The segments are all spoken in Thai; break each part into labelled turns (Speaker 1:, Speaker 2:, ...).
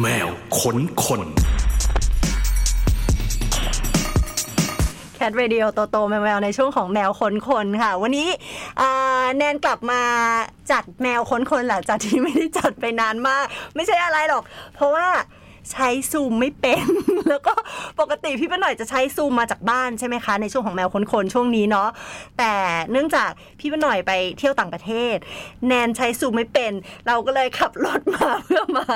Speaker 1: แมวขนคน
Speaker 2: แคทเรดิโอโตโตแมวแมวในช่วงของแมวค้นคนค่ะ วันนี้อ่าแนนกลับมาจัดแมวค้นคนหลังจากที่ไม่ได้จัดไปนานมาก ไม่ใช่อะไรหรอก เพราะว่าใช้ซูมไม่เป็น แล้วก็ปกติพี่ป้าหน่อยจะใช้ซูมมาจากบ้านใช่ไหมคะ ในช่วงของแมวค้นคนช่วงนี้เนาะแต่เนื่องจากพี่ป้าหน่อยไปเที่ยวต่างประเทศ แนนใช้ซูมไม่เป็น เราก็เลยขับรถมาเพื่อมา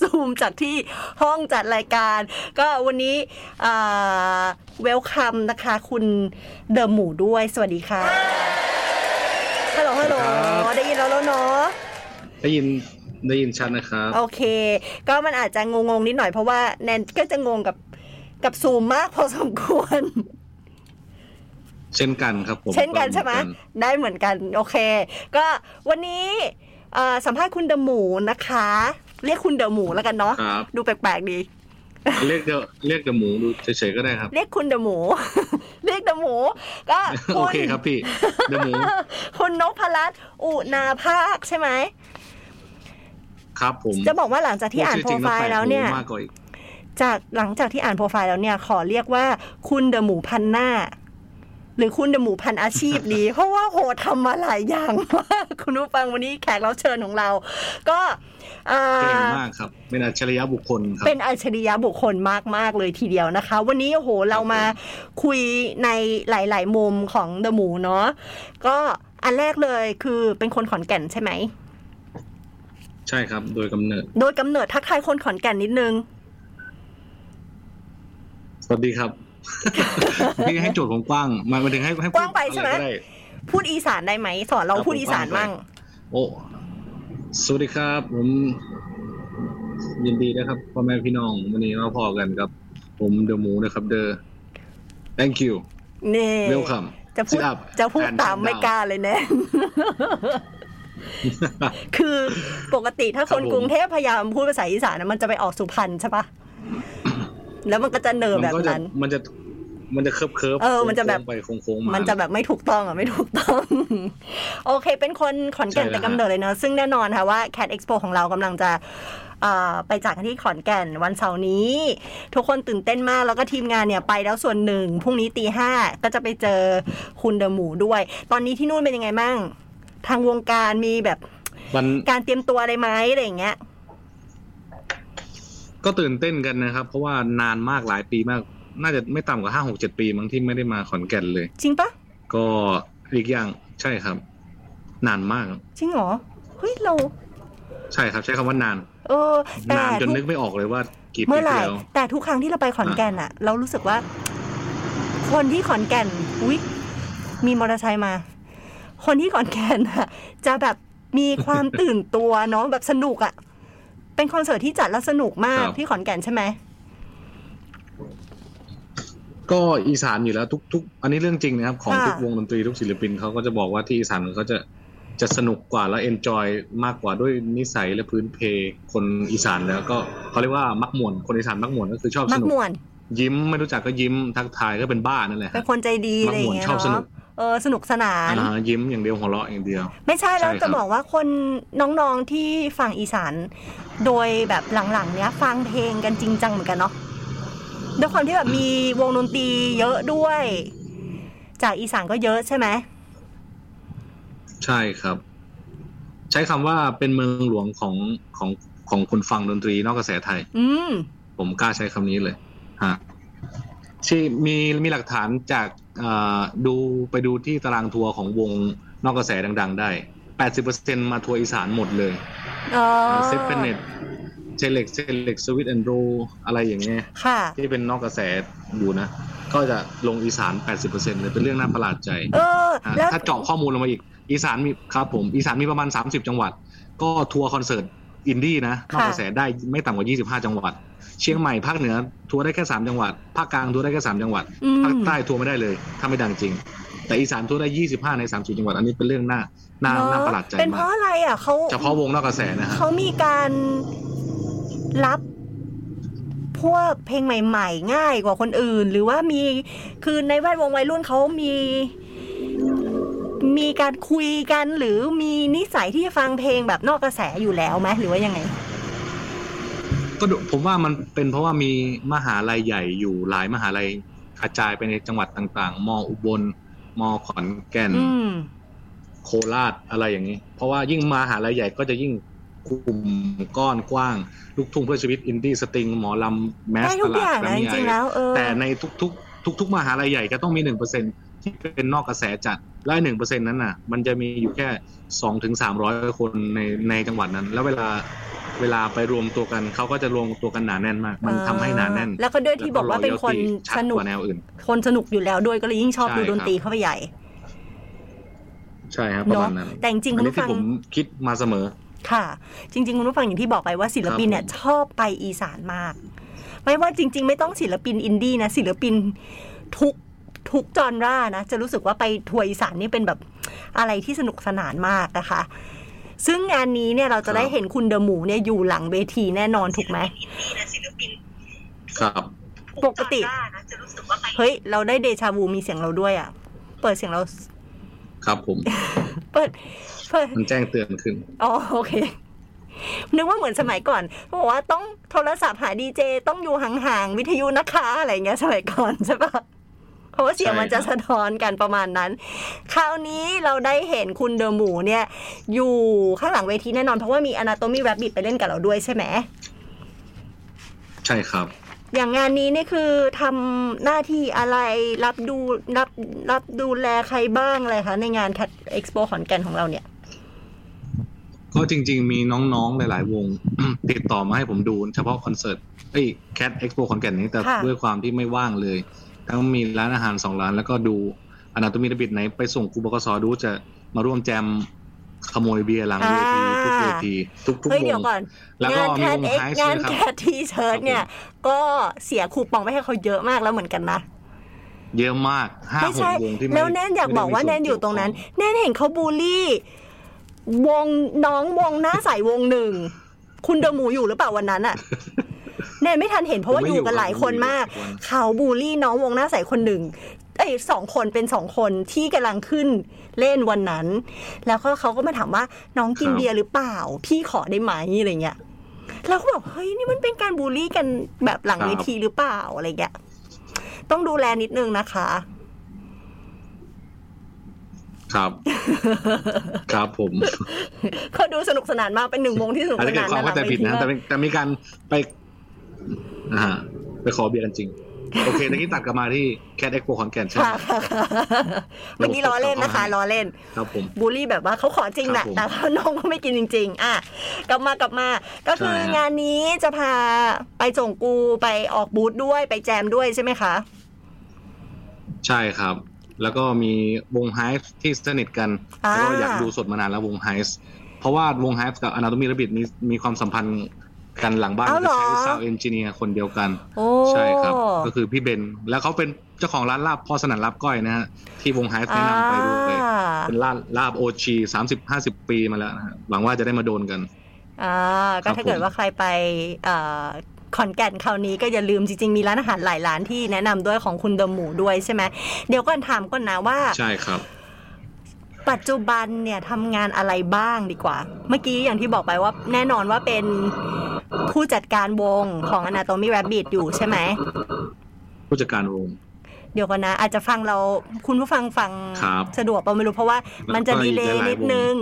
Speaker 2: ซูมจากที่ห้องจัดรายการ ก็วันนี้เวลคัมนะคะ คุณเดอะหมูด้วย สวัสดีค่ะฮัลโหลฮัลโหล
Speaker 3: ครับ
Speaker 2: ได้ยินเราแล้วเนาะ
Speaker 3: ได้ยินได้ยินชัดนะครับ
Speaker 2: โอเค ก็มันอาจจะงงๆนิดหน่อยเพราะว่าแนนก็จะงงกับกับซูมมากพอสมควร
Speaker 3: เช่นกันครับผม
Speaker 2: เช่นกันใช่ไหมได้เหมือนกัน โอเค ก็วันนี้เอ่อสัมภาษณ์คุณเดอะหมูนะคะ เรียกคุณเดอะหมูแล้วกันเนาะ
Speaker 3: ครับ
Speaker 2: ดูแปลกๆดี
Speaker 3: เรียกเดอะเรียกเดอะหมูดูเฉยๆก็ได้ครับ
Speaker 2: เรียกคุณเดอะหมู เรียกเดอะหมู ก็
Speaker 3: โอ
Speaker 2: คุณ
Speaker 3: เคครับพี่เดอะหมู
Speaker 2: คุณนพรัตน์อุนาภาคใช่ไหม
Speaker 3: ครับผม
Speaker 2: จะบอกว่าหลังจากที่อ่านโปร
Speaker 3: ชื่จง
Speaker 2: ไฟล์แล้วเนี่ย
Speaker 3: แปกหูมากกว่าอีก
Speaker 2: จากหลังจากที่อ่านโปรไฟล์แล้วเนี่ย ขอเรียกว่าคุณเดอะหมูพันหน้า หรือคุณเดอะหมูพันอาชีพ ดี เพราะว่าโหทำมาหลายอย่างมาก คุณผู้ฟังวันนี้แขกรับเชิญของเรา ก็อ่า
Speaker 3: เก่งมากครับ เป็นอัจฉริยะบุคคลครับ
Speaker 2: เป็นอัจฉริยะบุคคลมาก ๆ เลยทีเดียวนะคะ วันนี้โอ้โหเรามาคุยในหลาย ๆ มุมของเดอะหมูเนาะก็อันแรกเลยคือเป็นคนขอนแก่นใช่ไหม
Speaker 3: ใช่ครับ โดยกำเนิด
Speaker 2: โดยกำเนิดทักทายคนขอนแก่นนิดนึง
Speaker 3: สวัสดีครับ พี่ให้โจทย์ผมกว้างหมายถึงให้ให้พูด
Speaker 2: กว้างไปใช่ไหม
Speaker 3: อะรก็ด้
Speaker 2: พูดอีสานได้ไหม สอนเรา
Speaker 3: ครับ
Speaker 2: พูดอีสาน
Speaker 3: ผมฟัง
Speaker 2: มั่ง
Speaker 3: โอ้สวัสดีครับ ผมยินดีนะครับพ่อแม่พี่น้องวันนี้มาพอกันครับ ผมเดอะหมูนะครับ เดอะ thank you
Speaker 2: นี่
Speaker 3: welcome
Speaker 2: จะพูด
Speaker 3: Sit up
Speaker 2: จะพูด
Speaker 3: and
Speaker 2: ตาม
Speaker 3: sit
Speaker 2: ไม่
Speaker 3: down
Speaker 2: กล้าเลยแน่ คือปกติถ้า
Speaker 3: ค
Speaker 2: ครับ น
Speaker 3: ผม
Speaker 2: กรุงเทพพยายามพูดภาษาอีสานนะมันจะไปออกสุพรรณใช่ปะแล้วมันก็จะเนิร์ฟแบ
Speaker 3: มั
Speaker 2: บ
Speaker 3: ก็จะ
Speaker 2: นั้น
Speaker 3: มันจะมันจะเคิบเคิบ
Speaker 2: เออมันจะแบบ
Speaker 3: ไปโค้งๆงมา
Speaker 2: มั
Speaker 3: มั
Speaker 2: นจะแบบไม่ถูกต้องอ่ะ ไม่ถูกต้อง โอเค เป็นคนขอนแก่น
Speaker 3: ใช่แล้
Speaker 2: แต่
Speaker 3: ว
Speaker 2: กำ
Speaker 3: ฮะ
Speaker 2: เนิดเลยเนอะซึ่งแน่นอนค่ะว่า Cat Expo ของเรากำลังจะเอ่อไปจากนที่ขอนแก่นวันเสาร์นี้ ทุกคนตื่นเต้นมากแล้วก็ทีมงานเนี่ยไปแล้วส่วนหนึ่งพรุ่งนี้ตีห้าก็จะไปเจอคุณเดอะหมูด้วย ตอนนี้ที่นู่นเป็นยังไงมั่ง ทางวงการมีแบบ
Speaker 3: มัน
Speaker 2: การเตรียมตัวอะไรไหมอะไรอย่างเงี้ย
Speaker 3: ก็ตื่นเต้นกันนะครับ เพราะว่านานมากหลายปีมาก น่าจะไม่ต่ำกว่าห้าหกเจ็ดปีมั้งที่ไม่ได้มาขอนแก่นเลย
Speaker 2: จริงปะ
Speaker 3: ก็อีกอย่างใช่ครับ นานมาก
Speaker 2: จริงเหรอเฮ้ยเรา
Speaker 3: ใช่ครับ ใช้คำว่านาน
Speaker 2: เออแต่
Speaker 3: นานจ
Speaker 2: ทุ
Speaker 3: น
Speaker 2: ก
Speaker 3: นึกไม่ออกเลยว่ากี่ปี
Speaker 2: เมื่อไหร่
Speaker 3: ที่แล้ว
Speaker 2: แต่ทุกครั้งที่เราไปขอนแก่นอะเรารู้สึกว่า คนที่ขอนแก่นอุ๊ยมีมอเตอร์ไซค์มา คนที่ขอนแก่นอะจะแบบมีความ ตื่นตัวเนาะแบบสนุกอะเป็นคอนเสิร์ตที่จัดแล้วสนุกมาก
Speaker 3: ครับ
Speaker 2: ที่ขอนแก่นใช่ไหม
Speaker 3: ก็อีสานอยู่แล้วทุกทุกอันนี้เรื่องจริงนะครับ ของทุกวงดนตรีทุกศิลปินเขาก็จะบอกว่าที่อีสานเขาจะจะสนุกกว่าและเอนจอยมากกว่าด้วยนิสัยและพื้นเพคนอีสานแล้วก็เขาเรียกว่ามักมวนคนอีสานมักมวนก็คือชอบ
Speaker 2: มัก
Speaker 3: สนุก
Speaker 2: มวน
Speaker 3: ยิ้มไม่รู้จักก็ยิ้มทักทายก็เป็นบ้านั่นแหละ
Speaker 2: เป็น
Speaker 3: ฮะ
Speaker 2: คนใจดีอะไรอย่างเงี้ย
Speaker 3: มักม่วนชอบสนุ
Speaker 2: เนาะ
Speaker 3: ก
Speaker 2: เออสนุกสนาน
Speaker 3: อ่ายิ้มอย่างเดียวหัวเราะอย่างเดียว
Speaker 2: ไม่ใช่แล้ว
Speaker 3: ใช่ครับ
Speaker 2: จะบอกว่าคนน้องๆที่ฟังอีสาน โดยแบบหลังๆ เนี้ยฟังเพลงกันจริงจังเหมือนกันเนาะด้วยความที่แบบมีวงดนตรีเยอะด้วย จากอีสานก็เยอะใช่ไหม
Speaker 3: ใช่ครับ ใช้คำว่าเป็นเมืองหลวงของของของคนฟังดนตรีนอกกระแสไทย
Speaker 2: อืม
Speaker 3: ผมกล้าใช้คำนี้เลยฮะที่มีมีหลักฐานจากเอ่อดูไปดูที่ตารางทัวร์ของวงนอกกระแสดัง ๆ ได้ 80%มาทัวร์อีสานหมดเลย
Speaker 2: เออ
Speaker 3: เซฟเฟเน็ตเจเล็กเจเล็กสวิตแอนโรอะไรอย่างเงี้ย
Speaker 2: ค่ะ
Speaker 3: ที่เป็นนอกกระแสอยู่นะ ก็จะลงอีสาน 80%เลยเป็นเรื่องน่าประหลาดใจ
Speaker 2: เออ
Speaker 3: ฮะ
Speaker 2: แล้ว
Speaker 3: ถ้าเจาะข้อมูลลงมาอีก อีสานมีครับผม อีสานมีประมาณ 30 จังหวัด ก็ทัวร์คอนเสิร์ตอินดี้นะนอกกระแสได้ไม่ต่ำกว่า 25 จังหวัด เชียงใหม่ภาคเหนือทัวร์ได้แค่สามจังหวัดภาคกลางทัวร์ได้แค่สามจังหวัด
Speaker 2: อืม
Speaker 3: ภาคใต้ทัวร์ไม่ได้เลยถ้าไม่ดังจริง แต่อีสานทัวร์ได้ยี่สิบห้าในสามสิบจังหวัดอันนี้เป็นเรื่องน่าน่า
Speaker 2: เนอะ
Speaker 3: น่าประหลาดใจ
Speaker 2: เป็นเพ
Speaker 3: มา
Speaker 2: ราะ
Speaker 3: ก
Speaker 2: อะไรอ่ะเขา
Speaker 3: เฉพาะวงนอกกระแสนะฮะ
Speaker 2: เขามีการรับพวกเพลงใหม่ ๆ ง่ายกว่าคนอื่น หรือว่ามีคือในแวดวงวัยรุ่นเขามี มีการคุยกันหรือมีนิสัยที่จะฟังเพลงแบบนอกกระแสอยู่แล้วไหมหรือว่ายังไง
Speaker 3: ก็ดูผมว่ามันเป็นเพราะว่ามีมหาลัยใหญ่อยู่หลายมหาลัยกระจายไปในจังหวัดต่างๆ มออุบล มอขอนแก่น
Speaker 2: อืม
Speaker 3: โคราชอะไรอย่างนี้ เพราะว่ายิ่งมหาลัยใหญ่ก็จะยิ่งกลุ่มก้อนกว้าง ลูกทุ่งเพื่อชีวิตอินดี้สตริง หมอลำแมส
Speaker 2: ได้ทุกอย่าง
Speaker 3: ตล
Speaker 2: นะจ
Speaker 3: ด
Speaker 2: ริงๆ
Speaker 3: แล้
Speaker 2: แล้วเออ
Speaker 3: แต่ในทุกๆ ทุก ๆ มหาลัยใหญ่ก็ต้องมีหนึ่งเปอร์เซ็นที่เป็นนอกกระแสจัดและหนึ่งเปอร์เซ็นนั้นน่ะ มันจะมีอยู่แค่สองถึงสามร้อยคนในในจังหวัดนั้น แล้วเวลาเวลาไปรวมตัวกันเขาก็จะรวมตัวกันหนาแน่นมาก มันทำให้หนาแน่น
Speaker 2: แล้วก็ด้วยที่บอกว่าเป็นคน
Speaker 3: ชัด
Speaker 2: สนุ
Speaker 3: ก
Speaker 2: ก
Speaker 3: ว่าแนวอื่น
Speaker 2: คนสนุกอยู่แล้วด้วยก็เลยยิ่งชอบ
Speaker 3: ใช่
Speaker 2: ดูดน
Speaker 3: ครับ
Speaker 2: ตรีเข้าไปใหญ่
Speaker 3: ใช่ครับประมาณนั้น
Speaker 2: แต่จริงๆคุ
Speaker 3: อั
Speaker 2: ณ
Speaker 3: นนี้
Speaker 2: ผู้ฟัง
Speaker 3: ที่ผมคิดมาเสมอ
Speaker 2: ค่ะ จริง ๆ คุณผู้ฟังอย่างที่บอกไปว่าศิลปิน
Speaker 3: ครับ
Speaker 2: เนี่ยชอบไปอีสานมาก ไม่ว่าจริง ๆ ไม่ต้องศิลปินอินดี้นะศิลปินทุกทุกจอนร่านะจะรู้สึกว่าไปทัวร์อีสานนี่เป็นแบบอะไรที่สนุกสนานมากนะคะ ซึ่งงานนี้เนี่ยเราจะ
Speaker 3: ครับ
Speaker 2: ได้เห็นคุณเดอะหมูเนี่ยอยู่หลังเวทีแน่นอนถูกไหม
Speaker 3: ครับ
Speaker 2: ปกติเฮ้ย เราได้เดชาวูมีเสียงเราด้วยอะ่ะ เปิดเสียงเรา
Speaker 3: ครับผม
Speaker 2: เปิดเปิด
Speaker 3: มันแจ้งเตือนขึ้น
Speaker 2: อ๋อโอเค นึกว่าเหมือนสมัยก่อนเขาบอกว่าต้องโทรศัพท์หาดีเจต้องอยู่ห่างๆ วิทยุนะคะอะไรอย่างเงี้ยสมัยก่อนใช่ปะเพราะว่าเสียง
Speaker 3: ใช่
Speaker 2: มันจะ
Speaker 3: ครับ
Speaker 2: สะท้อนกันประมาณนั้น คราวนี้เราได้เห็นคุณเดอะหมูเนี่ย อยู่ข้างหลังเวทีแน่นอนเพราะว่ามีอนาโตมีแรบบิทไปเล่นกับเราด้วยใช่ไหม
Speaker 3: ใช่ครับ
Speaker 2: อย่างงานนี้นี่คือทำหน้าที่อะไรรับดูรับรับดูแลใครบ้างอะไรคะในงานแคดเอ็กซ์โปขอนแก่นของเราเนี่ย
Speaker 3: ก็จริงๆ มีน้องๆ หลายๆ วง ติดต่อมาให้ผมดูเฉพาะคอนเสิร์ตไอ้แคดเอ็กซ์โปคอนแก่นนี้แต่
Speaker 2: ค่ะ
Speaker 3: ด้วยความที่ไม่ว่างเลย ทั้งมีร้านอาหารสองร้านแล้วก็ดูอนาโตมีระบิดไหน ไปส่งครูบกสดูจะมาร่วมแจมขโมยเบียร์หลังเวทีทุกเวทีทุกทุก
Speaker 2: เฮ้ยว เดี๋ย
Speaker 3: ง
Speaker 2: วก่อน
Speaker 3: แล้วก็
Speaker 2: งานแคท
Speaker 3: มีวง
Speaker 2: เอ็ก
Speaker 3: ไฮส์
Speaker 2: งา
Speaker 3: ด้วน ยค
Speaker 2: แครับ ททีเชิร์ตเนี่ย ก็เสียคูปองไปให้เขาเยอะมากแล้วเหมือนกันนะ
Speaker 3: เยอะมากห้า
Speaker 2: ไม่
Speaker 3: หก
Speaker 2: ใช่
Speaker 3: วงที่ไม่
Speaker 2: แล้วแนนอยาก
Speaker 3: ไม่ได้
Speaker 2: บอกว่า
Speaker 3: มีส่
Speaker 2: แนนอยู่ตรงนั้น
Speaker 3: เกี่ยวข
Speaker 2: แนนเห็นเขาบูลลี่ วงน้องวงหน้าใส วงหนึ่ง คุณเดอะหมูอยู่หรือเปล่าวัน นั้นอะ แนนไม่ทันเห็นเพราะว่า
Speaker 3: ผ
Speaker 2: อ
Speaker 3: มไม่
Speaker 2: ยู่กันหลายคนมาก
Speaker 3: อยู่วัน
Speaker 2: เขาบูลลี่น้องวงหน้าใสคนหนึ่งไอ้ยสองคนเป็นสองคนที่กำลังขึ้นเล่นวันนั้น แล้วก็เขาก็มาถามว่าน้องกินเบียร์หรือเปล่า พี่ขอได้ไหมอะไรเงี้ยเราก็บอกเฮ้ยนี่มันเป็นการบูลลี่กันแบบหลังเวทีหรือเปล่าอะไรเงี้ยต้องดูแลนิดนึงนะคะ
Speaker 3: ครับ ครับผม
Speaker 2: เขาดูสนุกสนานมากเป็นหนึ่งวงที่สนุก
Speaker 3: อาจ
Speaker 2: ส
Speaker 3: จะเกิ
Speaker 2: นา
Speaker 3: ด
Speaker 2: น
Speaker 3: ความเข้าใจผิด
Speaker 2: ห
Speaker 3: นะ
Speaker 2: ลัง
Speaker 3: แต่
Speaker 2: เวทีมาก
Speaker 3: เป็นแต่มีการไปอ่าไปขอเบียร์กันจริง โอเคตะกี้ตัดกลับมาที่แคดเอ็กโปขอนแก่นใช่ไหม
Speaker 2: ค่ะ ค่ะค่ะเมื่อกี้ล้อเล่นนะคะล้อเล่น
Speaker 3: ครับผม
Speaker 2: บูลลี่แบบว่าเขาขอจริงแหละ
Speaker 3: ครับ
Speaker 2: แต่
Speaker 3: ผม
Speaker 2: ว่าน้องก็ไม่กินจริง ๆ อ่ะ กลับมากลับมา ก็คือ
Speaker 3: ใช่ฮะ
Speaker 2: งานนี้จะพาไปส่งกูไปออกบูธด้วยไปแจมด้วยใช่ไหมคะ
Speaker 3: ใช่ครับ แล้วก็มีวงไฮส์ที่สนิทกัน
Speaker 2: อ่า
Speaker 3: แล้วก็อยากดูสดมานานแล้ววงไฮส์เพราะว่าวงไฮส์กับอนาโตมีระบิดมีมีความสัมพันธ์กันหลังบ้าน
Speaker 2: อ้าวเหรอ
Speaker 3: ใช้ซาวเอนจิเนียร์คนเดียวกัน
Speaker 2: โอ้
Speaker 3: ใช่ครับ ก็คือพี่เบน แล้วเขาเป็นเจ้าของร้านลาบพ่อสนั่นลาบก้อยนะฮะ ที่วงไฮส์แนะนำไปดูเลย
Speaker 2: อ่า
Speaker 3: เป็นลาบลาบโอชีสามสิบห้าสิบปีมาแล้วนะฮะหวังว่าจะได้มาโดนกัน
Speaker 2: อ่า
Speaker 3: ค
Speaker 2: ก็
Speaker 3: รับ
Speaker 2: ถ้าเกิด
Speaker 3: ผม
Speaker 2: ว่าใครไปเอ่อขอนแก่นคราวนี้ก็อย่าลืมจริง ๆ มีร้านอาหารหลายร้านที่แนะนำด้วยของคุณเดอะหมูด้วยใช่ไหมเดี๋ยวก่อนถามก่อนนะว่า
Speaker 3: ใช่ครับ
Speaker 2: ปัจจุบันเนี่ยทำงานอะไรบ้างดีกว่า เมื่อกี้อย่างที่บอกไปว่าแน่นอนว่าเป็นผู้จัดการวงของ Anatomy Rabbit อยู่ใช่ไหม
Speaker 3: ผู้จัดการวง
Speaker 2: เดี๋ยวก่อนนะ อาจจะฟังเราคุณผู้ฟังฟัง
Speaker 3: ครับ
Speaker 2: สะดวกเปล่าไม่รู้เพราะว่ามันจะ
Speaker 3: แล้วก็
Speaker 2: ดี
Speaker 3: อีก
Speaker 2: เลย์
Speaker 3: หลายๆ
Speaker 2: นิดนึง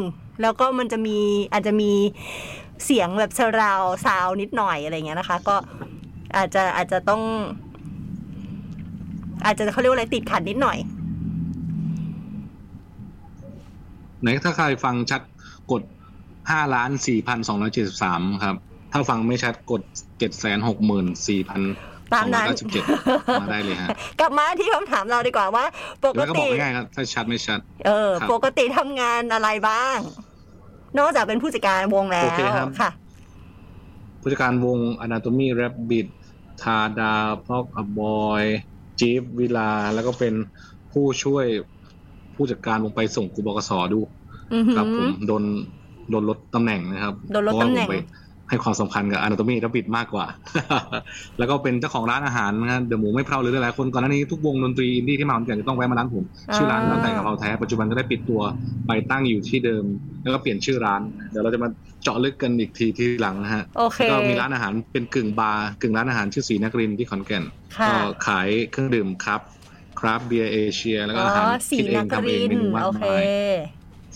Speaker 2: แล้วก็มันจะมีอาจจะมีเสียงแบบซราวซาวนิดหน่อยอะไรเงี้ยนะคะ ก็อาจจะอาจจะต้อง อาจจะเขาเรียกว่าอะไรติดขัดนิดหน่อย
Speaker 3: ไหนถ้าใครฟังชัดกดห้าล้านสี่พันสองร้อยเจ็ดสิบสามครับ ถ้าฟังไม่ชัดกดเจ็ดแสนหกหมื่นสี่พันส
Speaker 2: ตา
Speaker 3: อ
Speaker 2: ม
Speaker 3: งร้อ
Speaker 2: นั้น
Speaker 3: ยเก้าสิบเจ็ดมาได้เลยฮะ
Speaker 2: กลับมาที่คำถามเราดีกว่าว่า ปก
Speaker 3: แล้วก็บอ
Speaker 2: ติ
Speaker 3: กง่ายๆครับ ถ้าชัดไม่ชัด
Speaker 2: เออ
Speaker 3: ครับ
Speaker 2: ปกติทำงานอะไรบ้าง นอกจากเป็นผู้จัดการวงแล้
Speaker 3: โอ
Speaker 2: ว
Speaker 3: เคครับ
Speaker 2: ค่ะ
Speaker 3: ผู้จัดการวง Anatomy Rabbit ทาดาพอกอบอยจีฟวิลา แล้วก็เป็นผู้ช่วยผู้จัดการวงไปส่งกูบกสดู
Speaker 2: อือหือ
Speaker 3: ครับผมโดนโดนลดตำแหน่งนะครับ
Speaker 2: โดนลดตำแหน่ง
Speaker 3: เพราะว่าผมไป ให้ความสำคัญกับ anatomy และบิดมากก ว่า แล้วก็เป็นเจ้าของร้านอาหารนะฮะเดอะหมูไม่เพราหรือหลายๆคนก่อนหน้านี้ทุกวงดนตรีอินดี้ที่มาขอนแก่นจะต้องแวะมาร้านผมชื่อร้านร้านแต่งกะเพราแท้ปัจจุบันก็ได้ปิดตัวไปตั้งอยู่ที่เดิม แล้วก็เปลี่ยนชื่อร้าน เดี๋ยวเราจะมาเจาะลึกกันอีกทีที่หลังนะฮะ
Speaker 2: โอเค
Speaker 3: แล้วก็มีร้านอาหารเป็นกึ่งบาร์กึ่งร้านอาหารชื่อสีนครินทร์ที่ขอนแก่น
Speaker 2: ค่ะ
Speaker 3: ก็ขายเครื่องดื่มครับคราฟเบียร์เอเชีย แล้วก็
Speaker 2: อ๋
Speaker 3: อาหาร
Speaker 2: อสี
Speaker 3: คิดเอ
Speaker 2: นั
Speaker 3: ง
Speaker 2: ก
Speaker 3: ทำเอ
Speaker 2: ริ
Speaker 3: ง
Speaker 2: น
Speaker 3: เมนูมาก
Speaker 2: โอเค
Speaker 3: มาย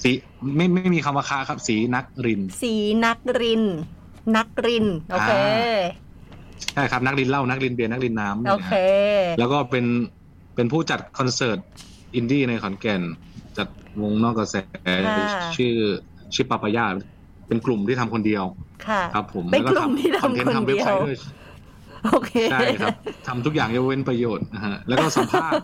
Speaker 3: สีไม่ไม่มีคำว่าคาครับ สีนักริน
Speaker 2: สีนักริน นักริน โอเค
Speaker 3: อ่ ใช่ครับนักรินเหล้านักรินเบียร์นักรินน้ำ
Speaker 2: โอเค
Speaker 3: แล้วก็เป็นเป็นผู้จัดคอนเสิร์ตอินดี้ในขอนแก่น จัดวงนอกกระแส
Speaker 2: ค่ะ
Speaker 3: ชื่อชื่อปาปายาเป็นกลุ่มที่ทำคนเดียว
Speaker 2: ค่ะ
Speaker 3: ครับผม
Speaker 2: เป็น
Speaker 3: แล้ว
Speaker 2: กลุ่มที่ทำ
Speaker 3: อนเทนต์
Speaker 2: คน
Speaker 3: ทำ
Speaker 2: เดี
Speaker 3: เว็
Speaker 2: ยว
Speaker 3: บไซต์ด้วย
Speaker 2: โอเค
Speaker 3: ใช่ครับทำทุกอย่างยกเว้นประโยชน์นะฮะแล้วก็สัมภาษณ์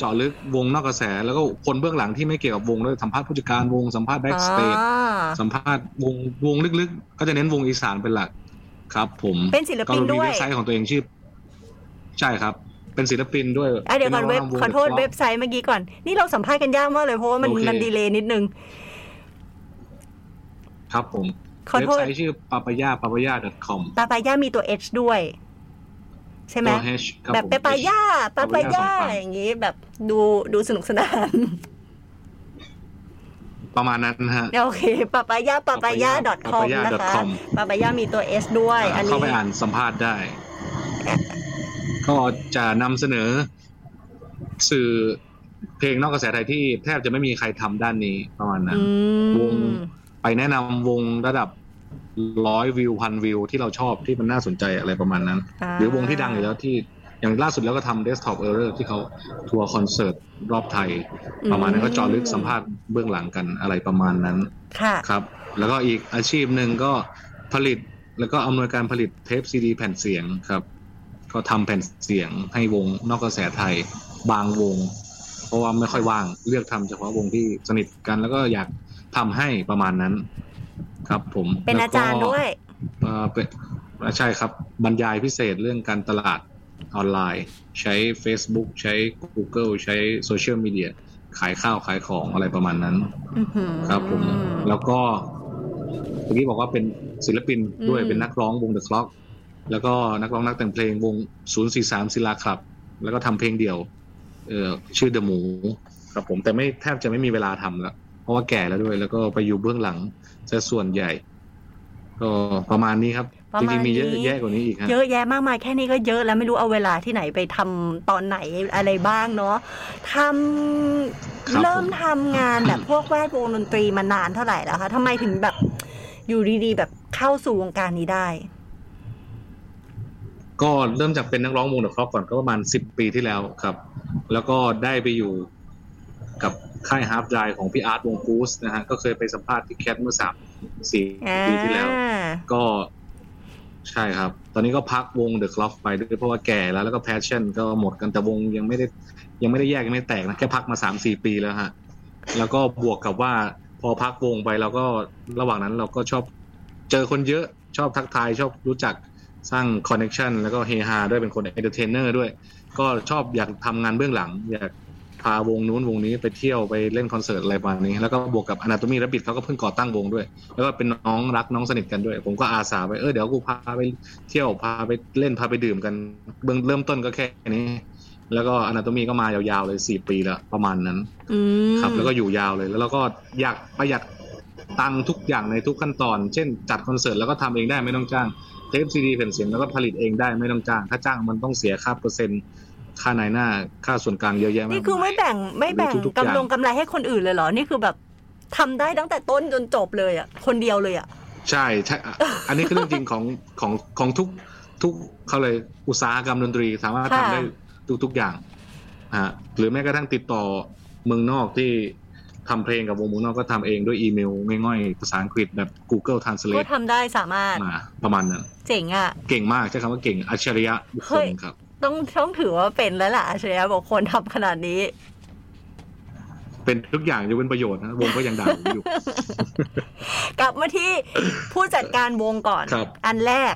Speaker 3: เจาะลึกวงนอกกระแส แล้วก็คนเบื้องหลังที่ไม่เกี่ยวกับวงด้วยสัมภาษณ์ผู้จัดการวงสัมภาษณ์แบ็กสเตจ
Speaker 2: อ่า
Speaker 3: สัมภาษณ์วงวงลึกๆ ก็จะเน้นวงอีสานเป็นหลักครับผม
Speaker 2: เป็นศิล
Speaker 3: ก็
Speaker 2: ปิน
Speaker 3: มี
Speaker 2: ด้ว
Speaker 3: เว็
Speaker 2: ย
Speaker 3: บไซต์ของตัวเองชื่อ ใช่ครับ เป็นศิลปินด้วย
Speaker 2: อ่ะเดี๋ยวก่อนเว็บ
Speaker 3: ป็ก
Speaker 2: ขอ
Speaker 3: ร้งำ
Speaker 2: โทษเว็บไซต์เมื่อกี้ก่อน นี่เราสัมภาษณ์กันยากมากเลยเพราะว่ามัน
Speaker 3: โอเค
Speaker 2: มันดีเลย์นิดนึง
Speaker 3: ครับผม
Speaker 2: ขอ
Speaker 3: เว็บ
Speaker 2: โทษ
Speaker 3: ไซต์ชื่อ papaya papaya com
Speaker 2: ปาปาย่ามีตัว H ด้วย ใช่ไหม
Speaker 3: ตัว h ครับ
Speaker 2: แบบ
Speaker 3: ผม
Speaker 2: ปาปาย่าปาปาย่า
Speaker 3: ปาปายา
Speaker 2: อย่างนี้แบบดูดูสนุกสนาน
Speaker 3: ประมาณนั้นฮะ
Speaker 2: โอเคปาปายาปาปายา .com นะคะ
Speaker 3: papaya.com
Speaker 2: ปาปายามีตัว S ด้วย อัน
Speaker 3: เข้า
Speaker 2: นี้
Speaker 3: ไปอ่านสัมภาษณ์ได้ ก็จะนำเสนอ สื่อเพลงนอกกระแสไทยที่แทบจะไม่มีใครทำด้านนี้ประมาณนั้
Speaker 2: อื
Speaker 3: น วง
Speaker 2: ม
Speaker 3: ไปแนะนำวงระดับร้อยวิวพันวิวที่เราชอบที่มันน่าสนใจอะไรประมาณนั้น
Speaker 2: า
Speaker 3: หรือวงที่ดังอยู่แล้วที่อย่างล่าสุดแล้วก็ทำ Desktop Error ที่เขาทัวร์คอนเสิร์ตรอบไทย ประมาณนั้นก็เจาะลึกสัมภาษณ์เบื้องหลังกันอะไรประมาณนั้น
Speaker 2: ค่ะ
Speaker 3: ครับ แล้วก็อีกอาชีพหนึ่งก็ผลิตแล้วก็อำนวยการผลิตเทปซีดีแผ่นเสียงครับ ก็ทำแผ่นเสียงให้วงนอกกระแสไทยบางวง เพราะว่าไม่ค่อยว่างเลือกทำเฉพาะวงที่สนิทกันแล้วก็อยากทำให้ประมาณนั้น ครับผม
Speaker 2: เป็นอาจารย์ด้วย
Speaker 3: เอ่อเป็นใช่ครับบรรยายพิเศษเรื่องการตลาดออนไลน์ ใช้ Facebook ใช้ Google ใช้โซเชียลมีเดียขายข้าวขายของอะไรประมาณนั้น
Speaker 2: อื้อหือ
Speaker 3: ครับผมแล้วก็เมื่อกี้บอกว่าเป็นศิลปินด้วย
Speaker 2: อืม
Speaker 3: เป็นนักร้องวง The Clock แล้วก็นักร้องนักแต่งเพลงวง 043ศิลาคลับ แล้วก็ทำเพลงเดี่ยวเออชื่อ The หมู ครับผมแต่ไม่แทบจะไม่มีเวลาทำแล้ว เพราะว่าแก่แล้วด้วย แล้วก็ไปอยู่เบื้องหลังซะส่วนใหญ่ ก็ประมาณนี้ครับ
Speaker 2: ประ
Speaker 3: จ
Speaker 2: มาณ
Speaker 3: ริงๆมีเยอะ
Speaker 2: นี้
Speaker 3: แยะกว่านี้อีกฮะ
Speaker 2: เยอะแยะมากมายแค่นี้ก็เยอะแล้วไม่รู้เอาเวลาที่ไหนไปทำตอนไหนอะไรบ้างเนาะทำ
Speaker 3: ครับ
Speaker 2: เริ่ม
Speaker 3: ผม
Speaker 2: ทำงานแบบพวกแวดวงดนตรีมานานเท่าไหร่แล้วคะทำไมถึงแบบอยู่ดีๆ แบบเข้าสู่วงการนี้ได้
Speaker 3: ก็เริ่มจากเป็นนักร้องวงเดอะครอปก่อนก็ประมาณสิบปีที่แล้วครับ แล้วก็ได้ไปอยู่กับค่ายฮาร์ d ไดของพี่อาร์ตวงกูสนะฮะก็เคยไปสัมภาษณ์ที่แคทเมื่อสามสี่
Speaker 2: อ่า
Speaker 3: ปีที่แล้ว ก็ใช่ครับ ตอนนี้ก็พักวงเดอะครอปไปด้วยเพราะว่าแก่แล้วแล้วก็แพชชั่นก็หมดกันแต่วงยังไม่ได้ยังไม่ได้แยกยังไม่ได้แตกนะแค่พักมาสามสี่ปีแล้วฮะแล้วก็บวกกับว่าพอพักวงไปเราก็ระหว่างนั้นเราก็ชอบเจอคนเยอะชอบทักทายชอบรู้จักสร้างคอนเน t ชันแล้วก็เฮฮาด้วยเป็นคนเอนเตอร์เทนเนอร์ด้วย ก็ชอบอยากทำงานเบื้องหลัง อยากพาวงนู้นวงนี้ไปเที่ยวไปเล่นคอนเสิร์ตอะไรประมาณนี้ แล้วก็บวกกับ Anatomy Rabbit เขาก็เพิ่งก่อตั้งวงด้วย แล้วก็เป็นน้องรักน้องสนิทกันด้วย ผมก็อาสาไปเออเดี๋ยวกูพาไปเที่ยวพาไปเล่นพาไปดื่มกันเบื้องเริ่มต้นก็แค่นี้ แล้วก็ Anatomy ก็มายาวๆเลยสี่ปีแล้วประมาณนั้น
Speaker 2: อืม
Speaker 3: ครับแล้วก็อยู่ยาวเลยแล้วเราก็อยากประหยัดตังค์ทุกอย่างในทุกขั้นตอน เช่นจัดคอนเสิร์ตแล้วก็ทำเองได้ไม่ต้องจ้างเทปซีดีแผ่นเสียงแล้วก็ผลิตเองได้ไม่ต้องจ้าง ถ้าจ้างมันต้องเสียค่าเปอร์เซ็นต์ค่านายหน้าค่าส่วนกลางเยอะแยะมาก
Speaker 2: นี่คือไม่
Speaker 3: มาย
Speaker 2: แบ่งไม่แบ่ง
Speaker 3: ทุกๆอย่าง
Speaker 2: กำลงกำไรให้คนอื่นเลยเหรอ นี่คือแบบทำได้ตั้งแต่ต้นจนจบเลยอ่ะคนเดียวเลยอ่ะ
Speaker 3: ใช่ใช่อ่ะอันนี้คือเรื่องจริงของของของทุกทุกเขาเลยอุตสาหกรรมดนตรีสามารถ
Speaker 2: ค่ะ
Speaker 3: ทำได้ทุกทุกอย่างฮะหรือแม้กระทั่งติดต่อเมืองนอกที่ทำเพลงกับวงเมืองนอกก็ทำเองด้วยอีเมลง่ายๆภาษาอังกฤษแบบ Google
Speaker 2: ก็
Speaker 3: Translate
Speaker 2: ทำได้สามารถ
Speaker 3: มาประมาณนั้น
Speaker 2: เจ๋งอ่ะ
Speaker 3: เก่งมากใช้คำว่าเก่งอัจฉริยะบุคค
Speaker 2: เฮ้
Speaker 3: ล
Speaker 2: ย
Speaker 3: ครับ
Speaker 2: ต้องต้องถือว่าเป็นแล้วล่ะอาชญาบอกคนทำขนาดนี้
Speaker 3: เป็นทุกอย่างยกเว้นประโยชน์นะวงก็ยังด่าผมอยู่
Speaker 2: กลับมาที่ ผู้จัดการวงก่อน
Speaker 3: ครับ
Speaker 2: อันแรก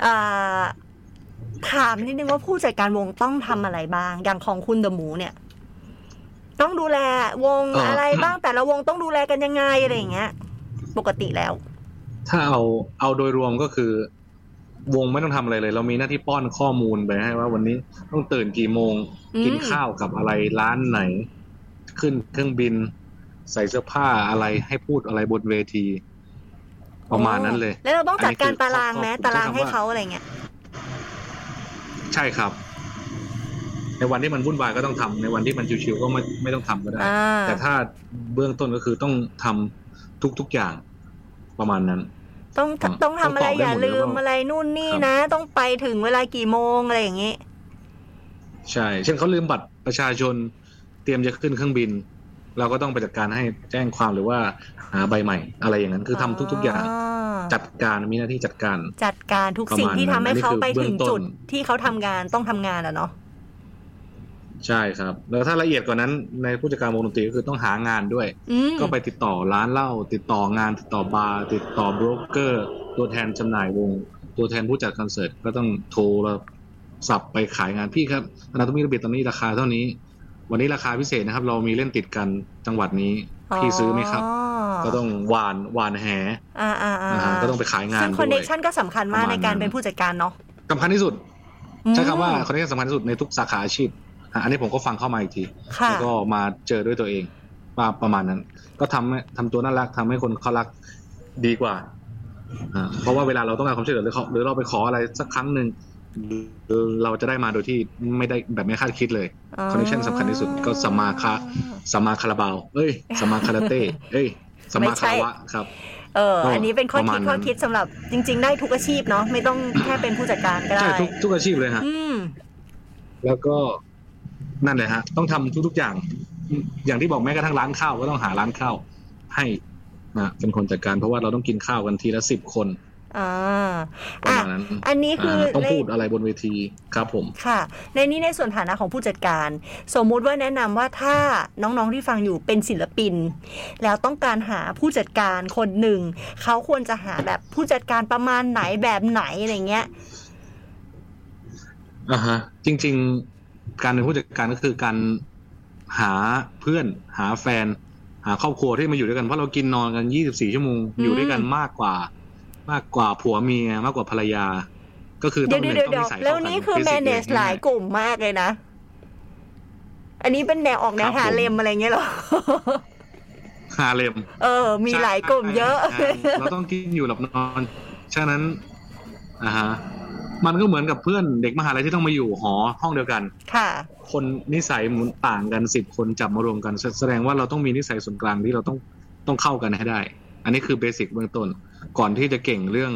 Speaker 2: เอ่อถามนิดนึงว่าผู้จัดการวงต้องทำอะไรบ้าง อย่างของคุณเดอะหมูเนี่ย ต้องดูแลวง
Speaker 3: เอ่ออ
Speaker 2: อะไรบ้างแต่ละวงต้องดูแลกันยังไงอะไรอย่างเงี้ย ปกติแล้ว
Speaker 3: ถ้าเอาเอาโดยรวมก็คือ วงไม่ต้องทำอะไรเลย เรามีหน้าที่ป้อนข้อมูลไปให้ว่าวันนี้ต้องตื่นกี่โมง
Speaker 2: อืม
Speaker 3: กินข้าวกับอะไรร้านไหน ขึ้นเครื่องบิน ใส่เสื้อผ้าอะไรให้พูดอะไรบนเวที ประมาณนั้นเลย
Speaker 2: แล้วเราต้องจัดการตารางไหม
Speaker 3: อันนี้คือ
Speaker 2: ตารางให้
Speaker 3: ข้อ
Speaker 2: เขาอะไรเงี้ย
Speaker 3: ใช่ครับ ในวันที่มันวุ่นวายก็ต้องทำในวันที่มันชิวๆก็ไม่ไม่ต้องทำก็ได้
Speaker 2: อ่า
Speaker 3: แต่ถ้าเบื้องต้นก็คือต้องทำทุกๆอย่างประมาณนั้น
Speaker 2: ต้อง
Speaker 3: ต้อง
Speaker 2: ต้องทำอะไร
Speaker 3: ต้องตอบได้
Speaker 2: อย่า
Speaker 3: หมดเลย
Speaker 2: ลืม
Speaker 3: ว่า
Speaker 2: อะไรนู่นนี่
Speaker 3: ครับ
Speaker 2: นะ ต้องไปถึงเวลากี่โมงอะไรอย่างงี้
Speaker 3: ใช่ เช่นเขาลืมบัตรประชาชน เตรียมจะขึ้นเครื่องบิน เราก็ต้องไปจัดการให้แจ้งความหรือว่าหาใบใหม่ อะไรอย่างนั้นคือทำทุก ๆ อย่าง จัดการมีหน้าที่จัดการ
Speaker 2: จัดการทุกสิ่งที่ทำให้เขาไปถึงจุด
Speaker 3: ประมาณนั้นอันนี้คือเบื้องต้น
Speaker 2: ที่เขาทำงานต้องทำงานอะเนาะ
Speaker 3: ใช่ครับ แล้วถ้าละเอียดกว่านั้นในผู้จัดการวงดนตรีก็คือต้องหางานด้วย
Speaker 2: อืม
Speaker 3: ก็ไปติดต่อร้านเหล้าติดต่องานติดต่อบาร์ติดต่อโบรกเกอร์ ตัวแทนจำหน่ายวง ตัวแทนผู้จัดคอนเสิร์ตก็ต้องโทรสับไปขายงานพี่ครับอนาตมีระเบียบตอนนี้ราคาเท่านี้ วันนี้ราคาพิเศษนะครับ เรามีเล่นติดกันจังหวัดนี้พี่ซื้อไหมครับ ก็ต้องหวานหวานแห
Speaker 2: อ่าอ่าอ่า
Speaker 3: นะฮะก็ต้องไปขายงาน
Speaker 2: ซึ่งค
Speaker 3: ด้
Speaker 2: อนเน
Speaker 3: วย
Speaker 2: คชันก็สำคัญมาก
Speaker 3: ประมาณ
Speaker 2: ในการ
Speaker 3: นั้น
Speaker 2: เป็นผู้จัดการเนาะ
Speaker 3: สำคัญที่สุดใช้คำว่า
Speaker 2: อืม
Speaker 3: คอนเนคชั่นสำคัญที่สุดในทุกสาขาอาชีพอ่ะอันนี้ผมก็ฟังเข้ามาอีกที
Speaker 2: ค่ะ
Speaker 3: แล้วก็มาเจอด้วยตัวเองว่าประมาณนั้น ก็ทำให้ทำตัวน่ารักทำให้คนเขารักดีกว่าอ่าเพราะว่าเวลาเราต้องการความช่วยเหลือหรือเขาหรือเราไปขออะไรสักครั้งหนึ่งเราจะได้มาโดยที่ไม่ได้แบบไม่คาดคิดเลย คอนเนคชั่นสำคัญที่สุดก็สัมมาคะ สมมาคาราบาว เอ้ยสมมาคาราเต้ เอ้ยสมมาคารวะครับ
Speaker 2: เออ
Speaker 3: ก็
Speaker 2: อันนี้เป็นข้อ
Speaker 3: ประ
Speaker 2: คิ
Speaker 3: มา
Speaker 2: ด
Speaker 3: ณ
Speaker 2: ข้อ
Speaker 3: นั้น
Speaker 2: คิดสำหรับจริง ๆ ได้ทุกอาชีพเนาะไม่ต้องแค่เป็นผู้จัดการก็ได้
Speaker 3: ใช่ทุกทุกอาชีพเลยฮะ
Speaker 2: อืม
Speaker 3: แล้วก็นั่นแหละฮะ ต้องทำทุก ๆ อย่าง อย่างที่บอกแม้กระทั่งร้านข้าวก็ต้องหาร้านข้าวให้นะเป็นคนจัดการเพราะว่าเราต้องกินข้าวกันทีละสิบคน
Speaker 2: อ่า
Speaker 3: ประ
Speaker 2: อ่ะ
Speaker 3: มาณนั้น
Speaker 2: อันนี้คือ
Speaker 3: อ่าต้อง
Speaker 2: ใน
Speaker 3: พูดอะไรบนเวทีครับผม
Speaker 2: ค่ะ ในนี้ในส่วนฐานะของผู้จัดการ สมมุติว่าแนะนำว่าถ้าน้องๆที่ฟังอยู่เป็นศิลปิน แล้วต้องการหาผู้จัดการคนหนึ่ง เขาควรจะหาแบบผู้จัดการประมาณไหนแบบไหนอะไรเงี้ย
Speaker 3: อ่าฮะจริง ๆ การเป็นผู้จัดการก็คือการหาเพื่อน หาแฟน หาครอบครัวที่มาอยู่ด้วยกันเพราะเรากินนอนกัน 24 ชั่วโมง
Speaker 2: อืม
Speaker 3: อยู่ด้วยกันมากกว่า มากกว่าผัวเมียมากกว่าภรรยา ก็คือ
Speaker 2: เดี๋
Speaker 3: ต้
Speaker 2: ยว
Speaker 3: อง
Speaker 2: เดี๋
Speaker 3: เป็
Speaker 2: ยวน เดี๋ยวเดี๋ย
Speaker 3: ต้องนิ
Speaker 2: ว
Speaker 3: สัย
Speaker 2: แล้
Speaker 3: เข้าว กั
Speaker 2: นี่คือ
Speaker 3: ฟิสิกส์
Speaker 2: manage หลายกลุ่มมากเลยนะ อันนี้เป็นแนวออกแนว
Speaker 3: ครับ
Speaker 2: หา
Speaker 3: ผม
Speaker 2: เลมอะไรเงี้ยเหรอ
Speaker 3: ฮาเลม
Speaker 2: เออ มีหลายกลุ่มเยอะ
Speaker 3: ใช่เราต้องกินอยู่หลับนอน ฉะนั้นอ่าฮะ มันก็เหมือนกับเพื่อนเด็กมหาลัยที่ต้องมาอยู่หอห้องเดียวกัน
Speaker 2: ค่ะ
Speaker 3: คนนิสัยเหมือนต่างกันสิบคนจับมารวมกันแสแสดงว่าเราต้องมีนิสัยส่วนกลางที่เราต้องต้องเข้ากันให้ได้ อันนี้คือเบสิกเบื้องต้น ก่อนที่จะเก่งเรื่อง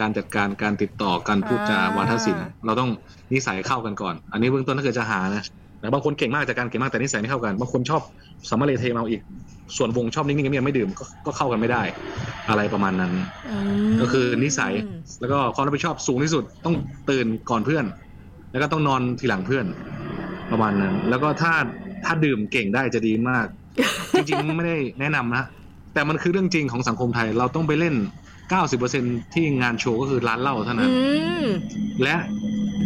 Speaker 3: การจัดการการติดต่อการพูดจา
Speaker 2: อ่า
Speaker 3: วาทศิลป์เราต้องนิสัยเข้ากันก่อน อันนี้เบื้องต้นถ้าเกิดจะหานะแต่บางคนเก่งมากจากการเก่งมากแต่นิสัยไม่เข้ากันบางคนชอบสามารถเลเทมาอีก ส่วนวงชอบนิ่งๆเงียบๆไม่ดื่มก็ก็เข้ากันไม่ได้ อะไรประมาณนั้น
Speaker 2: อืม
Speaker 3: ก็คือนิสัยแล้วก็ความรับผิดชอบสูงที่สุดต้องตื่นก่อนเพื่อน แล้วก็ต้องนอนทีหลังเพื่อน ประมาณนั้น แล้วก็ถ้าถ้าดื่มเก่งได้จะดี มาก จริงๆ ไม่ได้แนะนำนะแต่มันคือเรื่องจริงของสังคมไทยเราต้องไปเล่น 90%ที่งานโชว์ก็คือร้านเหล้าเท่านั้
Speaker 2: อื
Speaker 3: น
Speaker 2: ม
Speaker 3: และ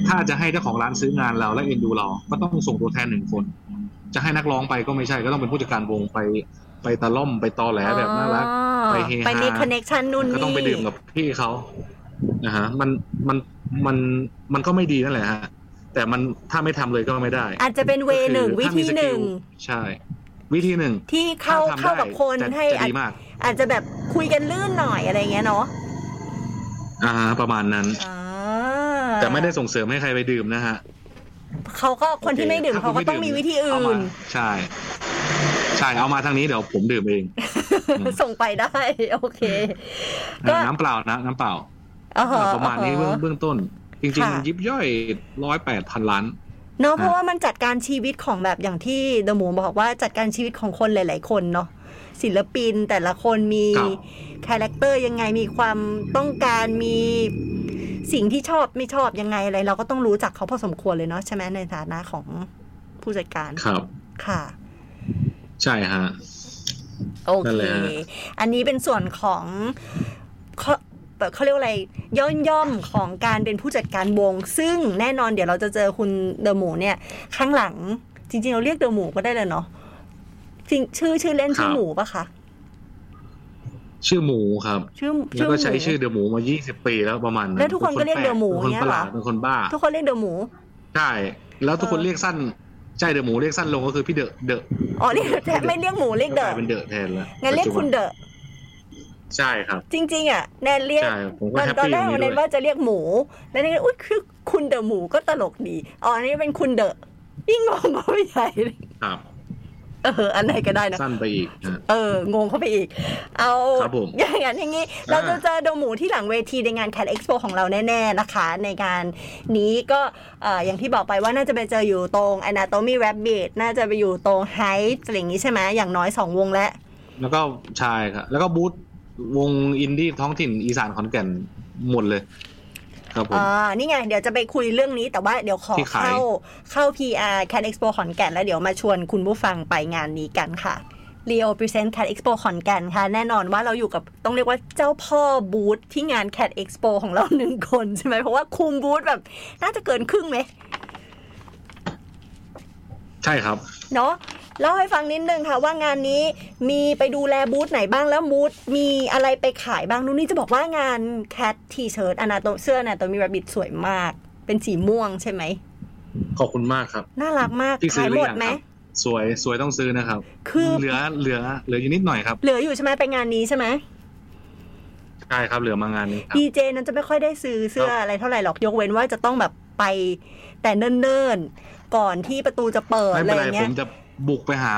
Speaker 3: ถ้าจะให้เจ้าของร้านซื้องานเราและเอ็นดูเราก็ต้องส่งตัวแทนหนึ่งคน จะให้นักร้องไปก็ไม่ใช่ก็ต้องเป็นผู้จัดการวงไปไปตะล่อมไปตอแหลแบบน่ารัก ไปเฮฮา
Speaker 2: ไปมีคอนเนคชันนู่น
Speaker 3: ก็
Speaker 2: นี่
Speaker 3: ต้องไปดื่มกับพี่เขานะฮะมันมันมันมันก็ไม่ดีนั่นแหละฮะแต่มันถ้าไม่ทำเลยก็ไม่ได้
Speaker 2: อาจจะเป็นเวหนึ่ง
Speaker 3: ก็
Speaker 2: วิ
Speaker 3: คือ
Speaker 2: ธีหนึ่ง
Speaker 3: ถ้ามีสกิลใช่ วิธีหนึ่ง
Speaker 2: ที่เข้า
Speaker 3: ถ้ทำ
Speaker 2: เข้ากับคน
Speaker 3: ได้จะ
Speaker 2: ให้อา
Speaker 3: จะ
Speaker 2: จ
Speaker 3: ดีมาก
Speaker 2: อาจจะแบบคุยกันลื่นหน่อยอะไรเงี้ยเนาะ
Speaker 3: อ่าประมาณนั้น
Speaker 2: อ่า
Speaker 3: แต่ไม่ได้ส่งเสริมให้ใครไปดื่มนะฮะ
Speaker 2: เขาก็คนที่
Speaker 3: โอ
Speaker 2: ไม่ดื่ม
Speaker 3: ถ้
Speaker 2: เขาก็
Speaker 3: คุณ
Speaker 2: ต้องมีวิธี
Speaker 3: เอา
Speaker 2: อื่
Speaker 3: มาน ใช่ ใช่เอามาทางนี้เดี๋ยวผมดื่มเอง อืม
Speaker 2: ส่งไปได้ โอเค ก็
Speaker 3: อ่าน้ำเปล่านะน้ำเปล่า
Speaker 2: อ่าฮ
Speaker 3: ประมาณนี้
Speaker 2: อ่ฮ
Speaker 3: เบื้องเบื้องต้น จริง
Speaker 2: ค่ะ
Speaker 3: ๆมันยิบย่อยร้อยแปดพันล้าน
Speaker 2: เนาะเพราะ
Speaker 3: อ่ะ
Speaker 2: ว่ามันจัดการชีวิตของแบบอย่างที่เดอะหมูบอกว่าจัดการชีวิตของคนหลาย ๆ คนเนาะศิลปินแต่ละคนมี
Speaker 3: ครับ
Speaker 2: คาแรคเตอร์ยังไงมีความต้องการมีสิ่งที่ชอบไม่ชอบยังไงอะไร เราก็ต้องรู้จักเขาพอสมควรเลยเนาะใช่ไหมในฐานะของผู้จัดการ
Speaker 3: ครับ
Speaker 2: ค่ะ
Speaker 3: ใช่ฮะ
Speaker 2: โอ
Speaker 3: นั่น
Speaker 2: เค
Speaker 3: แหละฮะ
Speaker 2: อันนี้เป็นส่วนของเขาเขาเรียกว่าอะไร ย่อมย่อมๆของการเป็นผู้จัดการวง ซึ่งแน่นอนเดี๋ยวเราจะเจอคุณเดอะหมูเนี่ยข้างหลังจริง ๆ เราเรียกเดอะหมูก็ได้เลยเนาะจริงชื่อชื่อเล่นชื่อหมูปะคะ
Speaker 3: ชื่อหมูครับ
Speaker 2: ชื่อ
Speaker 3: แล้วก็ใช้ชื่อ
Speaker 2: หมู
Speaker 3: เดอะหมูมา 20 ปีแล้วประมาณ
Speaker 2: แล้วทุกคนก็เรียกเดอะหมู
Speaker 3: ป็นคน
Speaker 2: เงี้ย
Speaker 3: ประ
Speaker 2: เห
Speaker 3: ห
Speaker 2: รอ
Speaker 3: ลาดเป็นคนบ้า
Speaker 2: ทุกคนเรียกเดอะหมู
Speaker 3: ใช่ แล้วทุกคน
Speaker 2: เออ
Speaker 3: เรียกสั้น ใช่เดอะหมูเรียกสั้นลงก็คือพี่เดอะเดอะ
Speaker 2: อ๋อเรียกแต่ไม่เรียกหมูเรียกเด
Speaker 3: ก
Speaker 2: อะ
Speaker 3: ลายเป็นเดอะแทนแล้ว
Speaker 2: งั้นเรียกคุณเดอะ
Speaker 3: ใช่ครับ
Speaker 2: จริง ๆ อ่ะแนนเรียก
Speaker 3: ใช่ ผม
Speaker 2: ต
Speaker 3: ก็
Speaker 2: อน
Speaker 3: แฮป
Speaker 2: ตอน
Speaker 3: ปี้
Speaker 2: แร
Speaker 3: ตร
Speaker 2: ก
Speaker 3: ง
Speaker 2: วันนั้
Speaker 3: นี้ด้วน ย
Speaker 2: ว่าจะเรียกหมูแล้วนี่ก็อุ้ยคือคุณเดอะหมูก็ตลกดีอ๋ออันนี่เป็นคุณเดอะยิ่งงงเข้าไปใหญ่เลย
Speaker 3: ครับ
Speaker 2: เอออันไหนก็ได้นะ
Speaker 3: สั้นไปอีกนะ
Speaker 2: เอองงเข้าไปอีก เอา
Speaker 3: ครับผม
Speaker 2: อย่างนั้นอย่างนี้
Speaker 3: อ่า
Speaker 2: เราจะเจอโดหมูที่หลังเวทีในงาน Cat Expo ของเราแน่ ๆ นะคะ ในงานนี้ก็เอ่ออย่างที่บอกไปว่าน่าจะไปเจออยู่ตรง Anatomy Rabbit น่าจะไปอยู่ตรง Height อะไรอย่างนี้ใช่ไหมอย่างน้อย 2 วงแล้ว
Speaker 3: แล้วก็ใช่ครับ แล้วก็บูธวงอินดี้ท้องถิ่นอีสานขอนแก่นหมดเลย ครับผม
Speaker 2: อ่า นี่ไง เดี๋ยวจะไปคุยเรื่องนี้แต่ว่าเดี๋ยวขอ
Speaker 3: ที่ขาย
Speaker 2: เข้าเข้า PR Cat Expo ขอนแก่น แล้วเดี๋ยวมาชวนคุณผู้ฟังไปงานนี้กันค่ะ Leo Present Cat Expo ขอนแก่นค่ะ แน่นอนว่าเราอยู่กับต้องเรียกว่าเจ้าพ่อบูธที่งาน Cat Expo ของเราหนึ่งคนใช่ไหมเพราะว่าคุมบูธแบบ น่าจะเกินครึ่งไหม
Speaker 3: ใช่ครับ
Speaker 2: เนาะเล่าให้ฟังนิดนึงค่ะว่างานนี้มีไปดูแลบูธไหนบ้างแล้วบูธมีอะไรไปขายบ้างนู่นนี่จะบอกว่างาน Cat T-shirt อนาโตเสื้ออนาโตมีรับิดสวยมาก เป็นสีม่วงใช่ไหม
Speaker 3: ขอบคุณมากครับ
Speaker 2: น่ารักมาก
Speaker 3: พี่ซื้
Speaker 2: ขา
Speaker 3: อย หรื
Speaker 2: หม
Speaker 3: อ
Speaker 2: ด
Speaker 3: ยัง
Speaker 2: ไหม
Speaker 3: ครับ สวยสวยต้องซื้อนะครับ
Speaker 2: คือ
Speaker 3: เหลือเหลือเหลืออยู่นิดหน่อยครับ
Speaker 2: เหลืออยู่ใช่ไหมไปงานนี้ใช่ไหม
Speaker 3: ใช่ครับ เหลือมางานนี้ครับ
Speaker 2: ดีเจนั้นจะไม่ค่อยได้ซื้อเสื้อ
Speaker 3: ครับ
Speaker 2: อะไรเท่าไหร่หรอกยกเว้นว่าจะต้องแบบไปแต่เนิ่นๆ ก่อนที่ประตูจะเปิด
Speaker 3: ไม่
Speaker 2: อะไร
Speaker 3: เป็นไร
Speaker 2: อย่าง
Speaker 3: ผ
Speaker 2: เงี้ย
Speaker 3: มจะบุกไปหา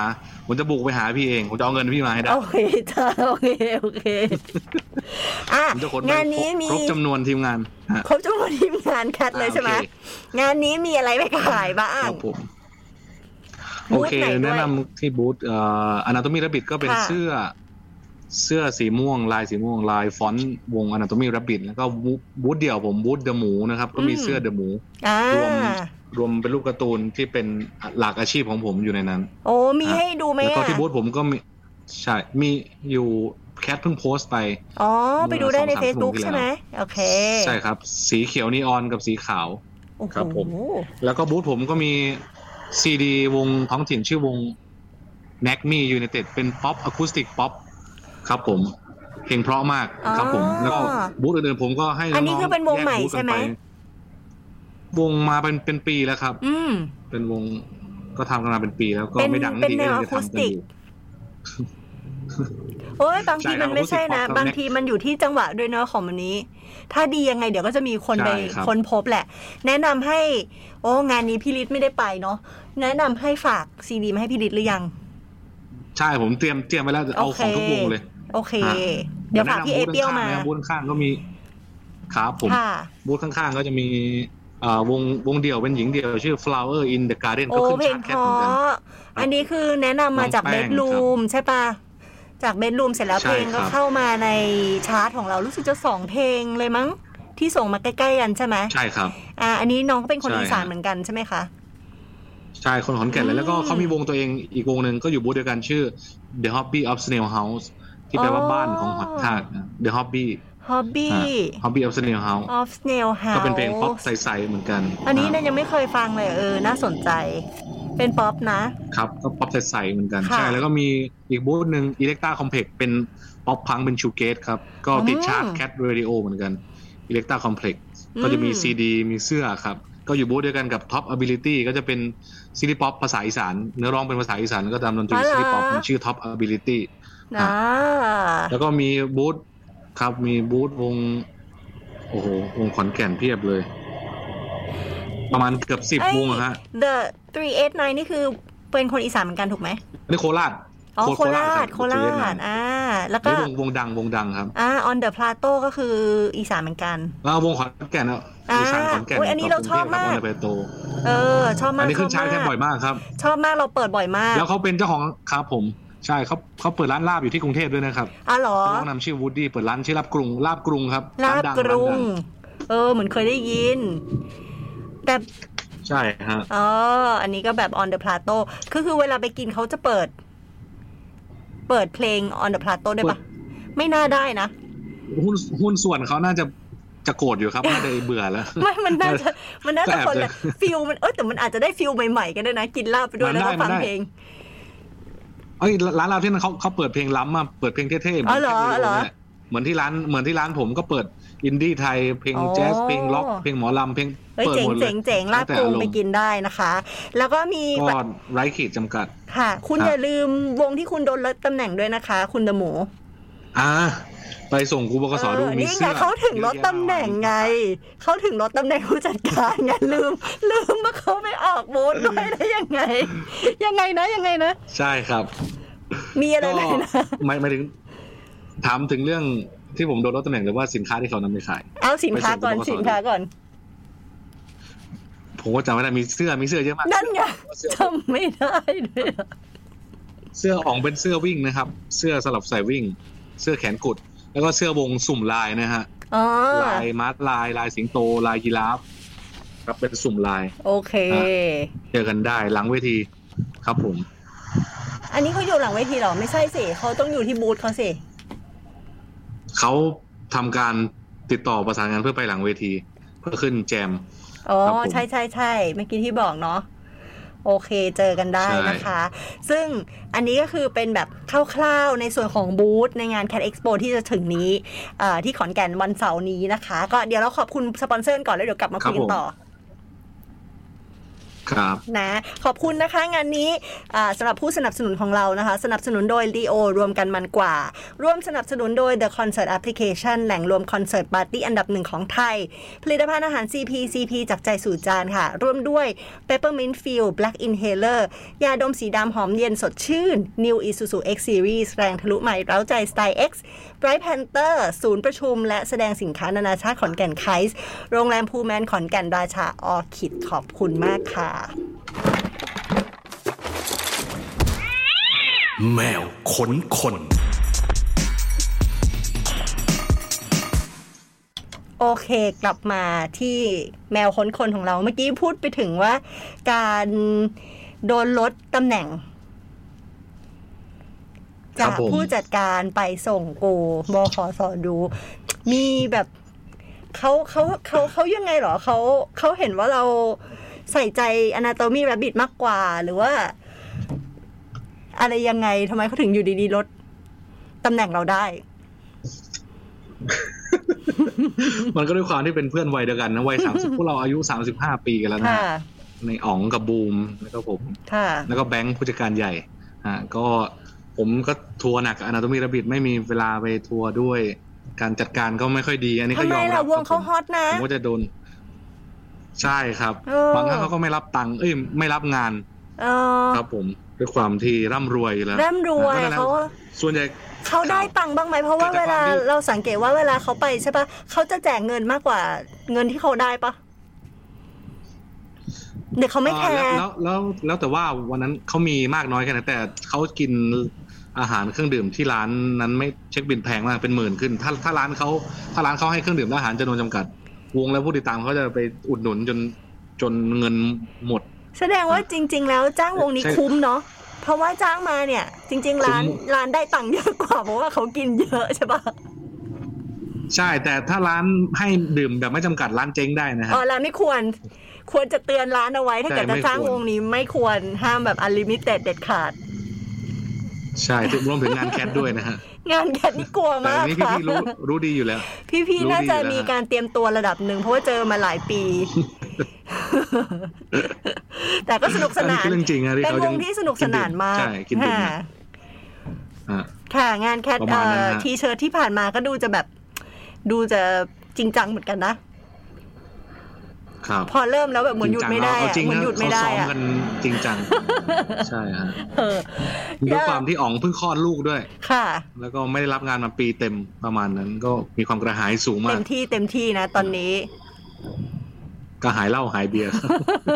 Speaker 3: ผมจะบุกไปหาพี่เอง ผมจะเอาเงินพี่มาให้ได้
Speaker 2: โอเคจ้าโอเคโอเคอ่ะ
Speaker 3: ผมจะขนไป
Speaker 2: งานนี้มี
Speaker 3: ครบจำนวนทีมงานฮะ
Speaker 2: ครบจำนวนทีมงานคัดเลยใช่ไหม
Speaker 3: อ่าโอค
Speaker 2: งานนี้มีอะไรไปขายบ้า
Speaker 3: ค
Speaker 2: ง
Speaker 3: รับผม
Speaker 2: บู
Speaker 3: โอ
Speaker 2: ธ
Speaker 3: เค
Speaker 2: ไหนด้วย
Speaker 3: แนะนำที่บูธเอ่ออนาโตมีรับบิทก็เป็น
Speaker 2: ค่ะ
Speaker 3: เสื้อ เสื้อสีม่วง ลายสีม่วง ลายฟอนต์วงอนาโตมีรับบิทแล้วก็บูบูธเดี่ยวผมบูธเดอะหมูนะครับ ก็มีเสื้อเดอะหมู
Speaker 2: อ่าร
Speaker 3: วม รวมเป็นรูปการ์ตูนที่เป็นหลักอาชีพของผมอยู่ในนั้น
Speaker 2: โอ้มี
Speaker 3: อ่ะ
Speaker 2: ให้ดูไหม
Speaker 3: แล้วก็
Speaker 2: อ่ะ
Speaker 3: ที่บูธผมก็มีใช่มีอยู่แคทเพิ่งโพสต์ไป
Speaker 2: อ๋อไปดูได้ใน
Speaker 3: เมื่อสองสาม
Speaker 2: Facebook ใช่ไหมโอเค
Speaker 3: ใช่ครับ สีเขียวนีออนกับสีขาว
Speaker 2: โอ้โห
Speaker 3: ครับผม แล้วก็บูธผมก็มีซีดีวงท้องถิ่นชื่อวง n a c m e United เป็นป๊อปอะคูสติกป๊อปครับผม เพลงเพราะมากครับผม
Speaker 2: อ๋อ
Speaker 3: แล้วก็บูธอื่นๆผมก็ให้
Speaker 2: อันนี้
Speaker 3: งๆ
Speaker 2: คือเป็นวงใหม่
Speaker 3: แยกบูธ
Speaker 2: ใช่ไหม
Speaker 3: กันปวงมาเป็นเป็นปีแล้วครับ
Speaker 2: อืม
Speaker 3: เป็นวงก็ทำกันมาเป็นปีแล้วก็
Speaker 2: เป็น
Speaker 3: ไม่ดัง
Speaker 2: เป็น
Speaker 3: ดี
Speaker 2: แนว
Speaker 3: ก็ยังจะ
Speaker 2: อะคูส
Speaker 3: ทำกั
Speaker 2: ติก
Speaker 3: นอยู่
Speaker 2: โอ้ยบางที
Speaker 3: ใช่
Speaker 2: มันไม่ใช่นะ
Speaker 3: ครับ
Speaker 2: บางทีมันอยู่ที่จังหวะด้วยเนาะของมันนี้ ถ้าดียังไงเดี๋ยวก็จะมีคนไป
Speaker 3: ใช่ครับ
Speaker 2: คนพบแหละ แนะนำให้ โอ้งานนี้พี่ฤทธิ์ไม่ได้ไปเนาะแนะนำให้ฝากซีดีมาให้พี่ฤทธิ์หรือยัง
Speaker 3: ใช่ผมเตรียมเตรียมไว้แล้วเอาของทุกวงเลย
Speaker 2: โอเค
Speaker 3: อ่ะ
Speaker 2: เดี๋ยวฝากพี่เอเปียวมา
Speaker 3: แนะนำบูธข้างๆนะครับบูธข้างๆก็มีครับผม
Speaker 2: ค่ะ
Speaker 3: บูธข้างๆ ก็จะมีอ่าวงวงเดี่ยวเป็นหญิงเดี่ยวชื่อ flower in the garden
Speaker 2: โอ้
Speaker 3: ก็ขึ้น
Speaker 2: เพลง
Speaker 3: ชาร์ต
Speaker 2: เพ
Speaker 3: แคทเหมือนกัน
Speaker 2: ราะอันนี้คือแนะนำมาจาก
Speaker 3: น้อ
Speaker 2: เบ
Speaker 3: งแป้
Speaker 2: ด
Speaker 3: ง
Speaker 2: รูมใช่ปะจากเบดรูมเสร็จแล้ว
Speaker 3: ใช่
Speaker 2: เพลงก็
Speaker 3: ครับ
Speaker 2: เข้ามาในชาร์ตของเรารู้สึกจะสองเพลงเลยมั้ง ที่ส่งมาใกล้ๆกันใช่ไหม
Speaker 3: ใช่ครับ
Speaker 2: อ่า อันนี้น้องก็เป็นคน
Speaker 3: ใช่
Speaker 2: อีสาน
Speaker 3: ฮะ
Speaker 2: เหมือนกันใช่ไหมคะ
Speaker 3: ใช่คนขอนแก่นเล
Speaker 2: อื
Speaker 3: ย
Speaker 2: ม
Speaker 3: แล้วก็เขามีวงตัวเองอีกวงหนึ่งก็อยู่บูธเดียวกันชื่อ the hobby of snail house ที่แปลว่า
Speaker 2: อ๋อ
Speaker 3: บ้านของหอนทากนะ the hobby
Speaker 2: Hobby
Speaker 3: อ่า hobby of snail house
Speaker 2: of Snail
Speaker 3: ก็
Speaker 2: House
Speaker 3: เป็นเพลงป๊อปใสๆเหมือนกัน
Speaker 2: อันนี้
Speaker 3: อ่า
Speaker 2: เนั่นยังไม่เคยฟังเลยเออ น่าสนใจ เป็นป๊อปนะ
Speaker 3: ครับก็ป๊อปใสๆเหมือนกัน
Speaker 2: ค่ะ
Speaker 3: ใช่แล้วก็มีอีกบูธหนึ่ง electra complex เป็นป๊อปพังเป็นชูเกตครับ ก็ติดชาร์ตแคทเรดิโอเหมือนกัน electra complex ก็จะมี
Speaker 2: อื
Speaker 3: ซีดีมีเสื้อครับ ก็อยู่บูธเดียวกันกับ Top Ability ก็จะเป็นซีรีส์ป๊อปภาษาอีสาน เนื้อร้องเป็นภาษาอีสานก็ตามดนตรี
Speaker 2: อ๋อเหรอ
Speaker 3: ซีรีส์ป๊อปมันชื่อ Top Ability
Speaker 2: นะ
Speaker 3: แล้วก็มีบูธครับมีบูธวง โอ้โห วงขอนแก่นเพียบเลย ประมาณเกือบสิบวงอะฮะ
Speaker 2: เอ้ย The 389 นี่คือเป็นคนอีสานเหมือนกันถูกไหม
Speaker 3: อันนี่โคราช
Speaker 2: อ๋อโคราช โครา
Speaker 3: ค
Speaker 2: ช
Speaker 3: บ
Speaker 2: อ่า แล้ว
Speaker 3: อั
Speaker 2: ก็
Speaker 3: นนี่วงวงดังวงดังครับ
Speaker 2: อ่า On the Plato ก็คืออีสานเหมือนกัน
Speaker 3: แล้ววงขอนแก่นอ่ะอีสานขอนแก่น
Speaker 2: อ่าอุ๊ยอันนี้เราชอบมาก
Speaker 3: บกรุงเทพคบนเดอร์เปโต
Speaker 2: เออ ชอบมา
Speaker 3: อัน
Speaker 2: ก
Speaker 3: นี้ขึ้นชาร์ตแค่บ่อยมากครับ
Speaker 2: ชอบมากเราเปิดบ่อยมาก
Speaker 3: แล้วเขาเป็นเจ้าของครับผม ใช่เขาเขาเปิดร้านลาบอยู่ที่กรุงเทพด้วยนะครับ
Speaker 2: อ๋อเหรอ
Speaker 3: น้องนำชื่อวูดดี้เปิดร้านชื่อลาบกรุงลาบกรุงครับ
Speaker 2: ลาบ
Speaker 3: นดั
Speaker 2: กรุง
Speaker 3: านดั
Speaker 2: เออ เหมือนเคยได้ยิน แต่
Speaker 3: ใช่ฮะ
Speaker 2: อ๋อ อันนี้ก็แบบ on the plateau คือคือเวลาไปกินเขาจะเปิด เปิดเพลง on the plateau ได้ปะไม่น่าได้นะ
Speaker 3: หุ้นหุ้นส่วนเขาน่าจะจะโกรธอยู่ครับน่าจะเบื่อแล้ว
Speaker 2: ไม่ มันน่าจะ มันน่าจะ
Speaker 3: แอบ
Speaker 2: คนละฟิลมัน เอ้ยแต่มันอาจจะได้ฟิลใหม่ๆกันด้วยนะ กินลาบไปด้วย
Speaker 3: มั
Speaker 2: แล้ว
Speaker 3: นได้
Speaker 2: ก็ฟัง
Speaker 3: มันได้
Speaker 2: เพลง
Speaker 3: เอ้ยร้านเราที่นั่นเขาเขาเปิดเพลงล้ำมาเปิดเพลงเท่ๆมื
Speaker 2: อ๋อเหรอ
Speaker 3: ที่
Speaker 2: เหรอ
Speaker 3: นี่ยเหมือนที่ร้านเหมือนที่ร้านผมก็เปิดอินดี้ไทยเพลง
Speaker 2: อ๋อ
Speaker 3: แจ๊สเพลงล็อกเพลงหมอลำเพลง
Speaker 2: เฮ้ย
Speaker 3: เปิด
Speaker 2: เจ๋
Speaker 3: ห
Speaker 2: ง
Speaker 3: มดเล
Speaker 2: เจ๋
Speaker 3: ย
Speaker 2: งเจ๋งลาด
Speaker 3: แล้วแต่
Speaker 2: กรุง
Speaker 3: อารมณ์
Speaker 2: ไปกินได้นะคะ แล้วก็มี
Speaker 3: ก็ไร้ขีดจำกัด
Speaker 2: ค่ะ คุณ
Speaker 3: ครับ
Speaker 2: อย่าลืมวงที่คุณโดนลดตำแหน่งด้วยนะคะ คุณเดอะหมู
Speaker 3: อ่าไปส่งกูบกส
Speaker 2: เออ
Speaker 3: ดูมี
Speaker 2: นี่
Speaker 3: เสื้
Speaker 2: ไง
Speaker 3: อ
Speaker 2: เขาถึงลด
Speaker 3: เยอะแยะ
Speaker 2: ตำแหน่งไง เขาถึงลดตำแหน่งผู้จัดการไงลืม ลืมว่าเขาไม่ออกบูธด้วยได้ยังไง ยังไงนะยังไงนะ
Speaker 3: ใช่ครับ
Speaker 2: มีอะไร
Speaker 3: ก็
Speaker 2: ไหมนะ
Speaker 3: ไม่ไม่ถึง ถามถึงเรื่องที่ผมโดนลดตำแหน่งหรือว่าสินค้าที่เขานำไปขาย
Speaker 2: เอาสินค้าก่อน
Speaker 3: ไปส่ง
Speaker 2: สินค้าก่อน
Speaker 3: ผมก็จำไม่ได้มีเสื้อมีเสื้อเยอะมาก
Speaker 2: นั่นไง
Speaker 3: เสื้อ
Speaker 2: จำไม่ได้ด้วยอะ
Speaker 3: เสื้ออองเป็นเสื้อวิ่งนะครับ เสื้อสลับใส่วิ่ง เสื้อแขนกุด แล้วก็เสื้อวงสุ่มลายนะฮะ
Speaker 2: อ๋อ
Speaker 3: ลายมัดลายลายสิงโต ลายยีราฟครับเป็นสุ่มลาย
Speaker 2: โอเค
Speaker 3: อ่ เจอกันได้หลังเวทีครับผม
Speaker 2: อันนี้เขาอยู่หลังเวทีเหรอ ไม่ใช่สิเขาต้องอยู่ที่บูธเขาสิ
Speaker 3: เขาทำการติดต่อประสานงานเพื่อไปหลังเวที เพื่อขึ้นแจม
Speaker 2: อ๋อ
Speaker 3: ครับผม
Speaker 2: ใช่ใช่ใช่เมื่อกี้ที่บอกเนาะโอเคเจอกันได้
Speaker 3: ใช่
Speaker 2: นะคะ ซึ่งอันนี้ก็คือเป็นแบบคร่าวๆในส่วนของบูธในงาน Cat Expo ที่จะถึงนี้เอ่อที่ขอนแก่นวันเสาร์นี้นะคะ ก็เดี๋ยวเราขอบคุณสปอนเซอร์ก่อนแล้วเดี๋ยวกลับมาคุยกันต่อ
Speaker 3: ครับ
Speaker 2: นะขอบคุณนะคะงานนี้อ่าสำหรับผู้สนับสนุนของเรานะคะ สนับสนุนโดย Leo รวมกันมันกว่า ร่วมสนับสนุนโดย The Concert Application แหล่งรวมคอนเสิร์ตปาร์ตี้อันดับหนึ่งของไทย ผลิตภัณฑ์อาหาร CP CP จากใจสู่จานค่ะ ร่วมด้วย Peppermint Field Black Inhaler ยาดมสีดำหอมเย็นสดชื่น New Isuzu X Series แรงทะลุใหม่เร้าใจสไตล์ X Bright Panther ศูนย์ประชุม และแสดงสินค้านานาชาติขอนแก่นไคส์โรงแรมพูแมนขอนแก่นราชาออคิดขอบคุณมากค่ะ
Speaker 1: แมวขนคน
Speaker 2: โอเคกลับมาที่แมวค้นคนของเราเมื่อกี้พูดไปถึงว่า การโดนลดตำแหน่ง
Speaker 3: ค
Speaker 2: จา
Speaker 3: รับ
Speaker 2: ก
Speaker 3: ผม
Speaker 2: ผู้จัดการไปส่งโกบขอสอดู มีแบบเขาเขาเขาเขายังไงเหรอเขาเขาเห็นว่าเราใส่ใจ anatomy rabbit มากกว่า หรือว่า อะไรยังไงทำไมเขาถึงอยู่ดีๆลดตำแหน่งเราได้
Speaker 3: มันก็ด้วยความที่เป็นเพื่อนวัยเดียวกันนะวัยสามสิบ พวกเราอายุสามสิบห้าปีกันแล้วนะ
Speaker 2: ค่ะ
Speaker 3: ฮะในอ๋องกับบูมแล้วก็ผม
Speaker 2: ค่ะ
Speaker 3: แล้วก็แบงค์ผู้จัดการใหญ่อ่ะก็ผมก็ทัวร์หนักอนาโตมีระบิดไม่มีเวลาไปทัวร์ด้วย การจัดการก็ไม่ค่อยดี อันนี้
Speaker 2: ทำ
Speaker 3: ก็ย
Speaker 2: ไม
Speaker 3: อมรั
Speaker 2: ล่ะ
Speaker 3: บ
Speaker 2: วงเขาฮ
Speaker 3: ครั
Speaker 2: อ
Speaker 3: บ
Speaker 2: ตนะ
Speaker 3: ผมผมก็จะโดน ใช่ครับ
Speaker 2: เออ
Speaker 3: บางครั้งเขาก็ไม่รับตังค์เอ้ยไม่รับงาน
Speaker 2: เออ
Speaker 3: ครับผมด้วยความที่ร่ำรวยอยู่แล้ว
Speaker 2: ร่ำรวย
Speaker 3: แล้วก็นั่นแหละ
Speaker 2: เขา
Speaker 3: ส่วนใหญ่
Speaker 2: เขาได้ตังค์บ้างไหมเพราะว่า
Speaker 3: เกิ
Speaker 2: เว
Speaker 3: ดจาก
Speaker 2: ลา
Speaker 3: ความที่
Speaker 2: เราสังเกตว่าเวลาเขาไปใช่ปะเขาจะแจกเงินมากกว่าเงินที่เขาได้ปะเด็กเขาไม่แค
Speaker 3: เอ่อ
Speaker 2: ร์
Speaker 3: แล้วแล้วแล้วแล้วแต่ว่าวันนั้นเขามีมากน้อยแค่ไหนแต่เขากินอาหารเครื่องดื่มที่ร้านนั้นไม่เช็คบินแพงมากเป็นหมื่นขึ้น ถ้าถ้าร้านเขาถ้าร้านเขาให้เครื่องดื่มและอาหารจำนวนจำกัด วงและผู้ติดตามเขาจะไปอุดหนุนจนจนเงินหมด
Speaker 2: แสดงว่าจริง ๆ แล้วจ้างวงนี้
Speaker 3: ใช่
Speaker 2: คุ้มเนาะเพราะว่าจ้างมาเนี่ย จริง ๆ ร้าน
Speaker 3: คุ้ม
Speaker 2: ร้านได้ตังค์เยอะกว่าเพราะว่าเขากินเยอะใช่ปะ
Speaker 3: ใช่ แต่ถ้าร้านให้ดื่มแบบไม่จำกัดร้านเจ๊งได้นะฮะ
Speaker 2: อ๋อร้านไม่ควร ควรจะเตือนร้านเอาไว้ ถ้า
Speaker 3: ใช่
Speaker 2: เกิดจะ
Speaker 3: ไม่
Speaker 2: จ้าง
Speaker 3: ควร
Speaker 2: วงนี้ไม่ควรห้ามแบบอ n l ลิมิเต็ดเด็ดขาด
Speaker 3: ใช่รวมถึงงานแคทด้วยนะ ฮะ
Speaker 2: งานแค่นี้กลัว
Speaker 3: แต่
Speaker 2: มาก
Speaker 3: อันนี้
Speaker 2: ค่ะ
Speaker 3: พี่ๆรู้ รู้ดีอยู่แล้ว
Speaker 2: พี่พี่
Speaker 3: รู้
Speaker 2: น่า
Speaker 3: ดี
Speaker 2: จะ
Speaker 3: แล้ว
Speaker 2: มี
Speaker 3: ฮะ
Speaker 2: การเตรียมตัวระดับหนึ่งเพราะว่าเจอมาหลาย ปี แต่ก็สนุกส
Speaker 3: อันนี้
Speaker 2: นาน
Speaker 3: คือเรื่องจริงนะที่
Speaker 2: เป็น
Speaker 3: เขา
Speaker 2: ว
Speaker 3: ยัง ง
Speaker 2: ที่สนุกสนานมาก
Speaker 3: ใช่กินดื่ม
Speaker 2: ค่ะ
Speaker 3: นะอ่ะ
Speaker 2: ค่ะ งานแคท
Speaker 3: ประมา
Speaker 2: เอ่
Speaker 3: ณนั้น
Speaker 2: อ
Speaker 3: ฮะ
Speaker 2: ทีเชิร์ตที่ผ่านมาก็ดูจะแบบ ดูจะจริงจังเหมือนกันนะ
Speaker 3: ครับ
Speaker 2: พอเริ่มแล้วแบบเหมือนหยุดไม่ได้อะ
Speaker 3: จริง
Speaker 2: เหมือนหยุดไม่ได้
Speaker 3: เขาซ้อม
Speaker 2: อะ
Speaker 3: กันจริงจั ง ใช่ฮะ
Speaker 2: เออ
Speaker 3: ด้วยความที่อ๋องเพิ่งคลอดลูกด้วย
Speaker 2: ค่ะ
Speaker 3: แล้วก็ไม่ได้รับงานมาปีเต็มประมาณนั้น ก็มีความกระหายสูงมา
Speaker 2: เต็
Speaker 3: ก
Speaker 2: มที่เต็มที่นะตอนนี้
Speaker 3: กระหายเหล้าหายเบียร์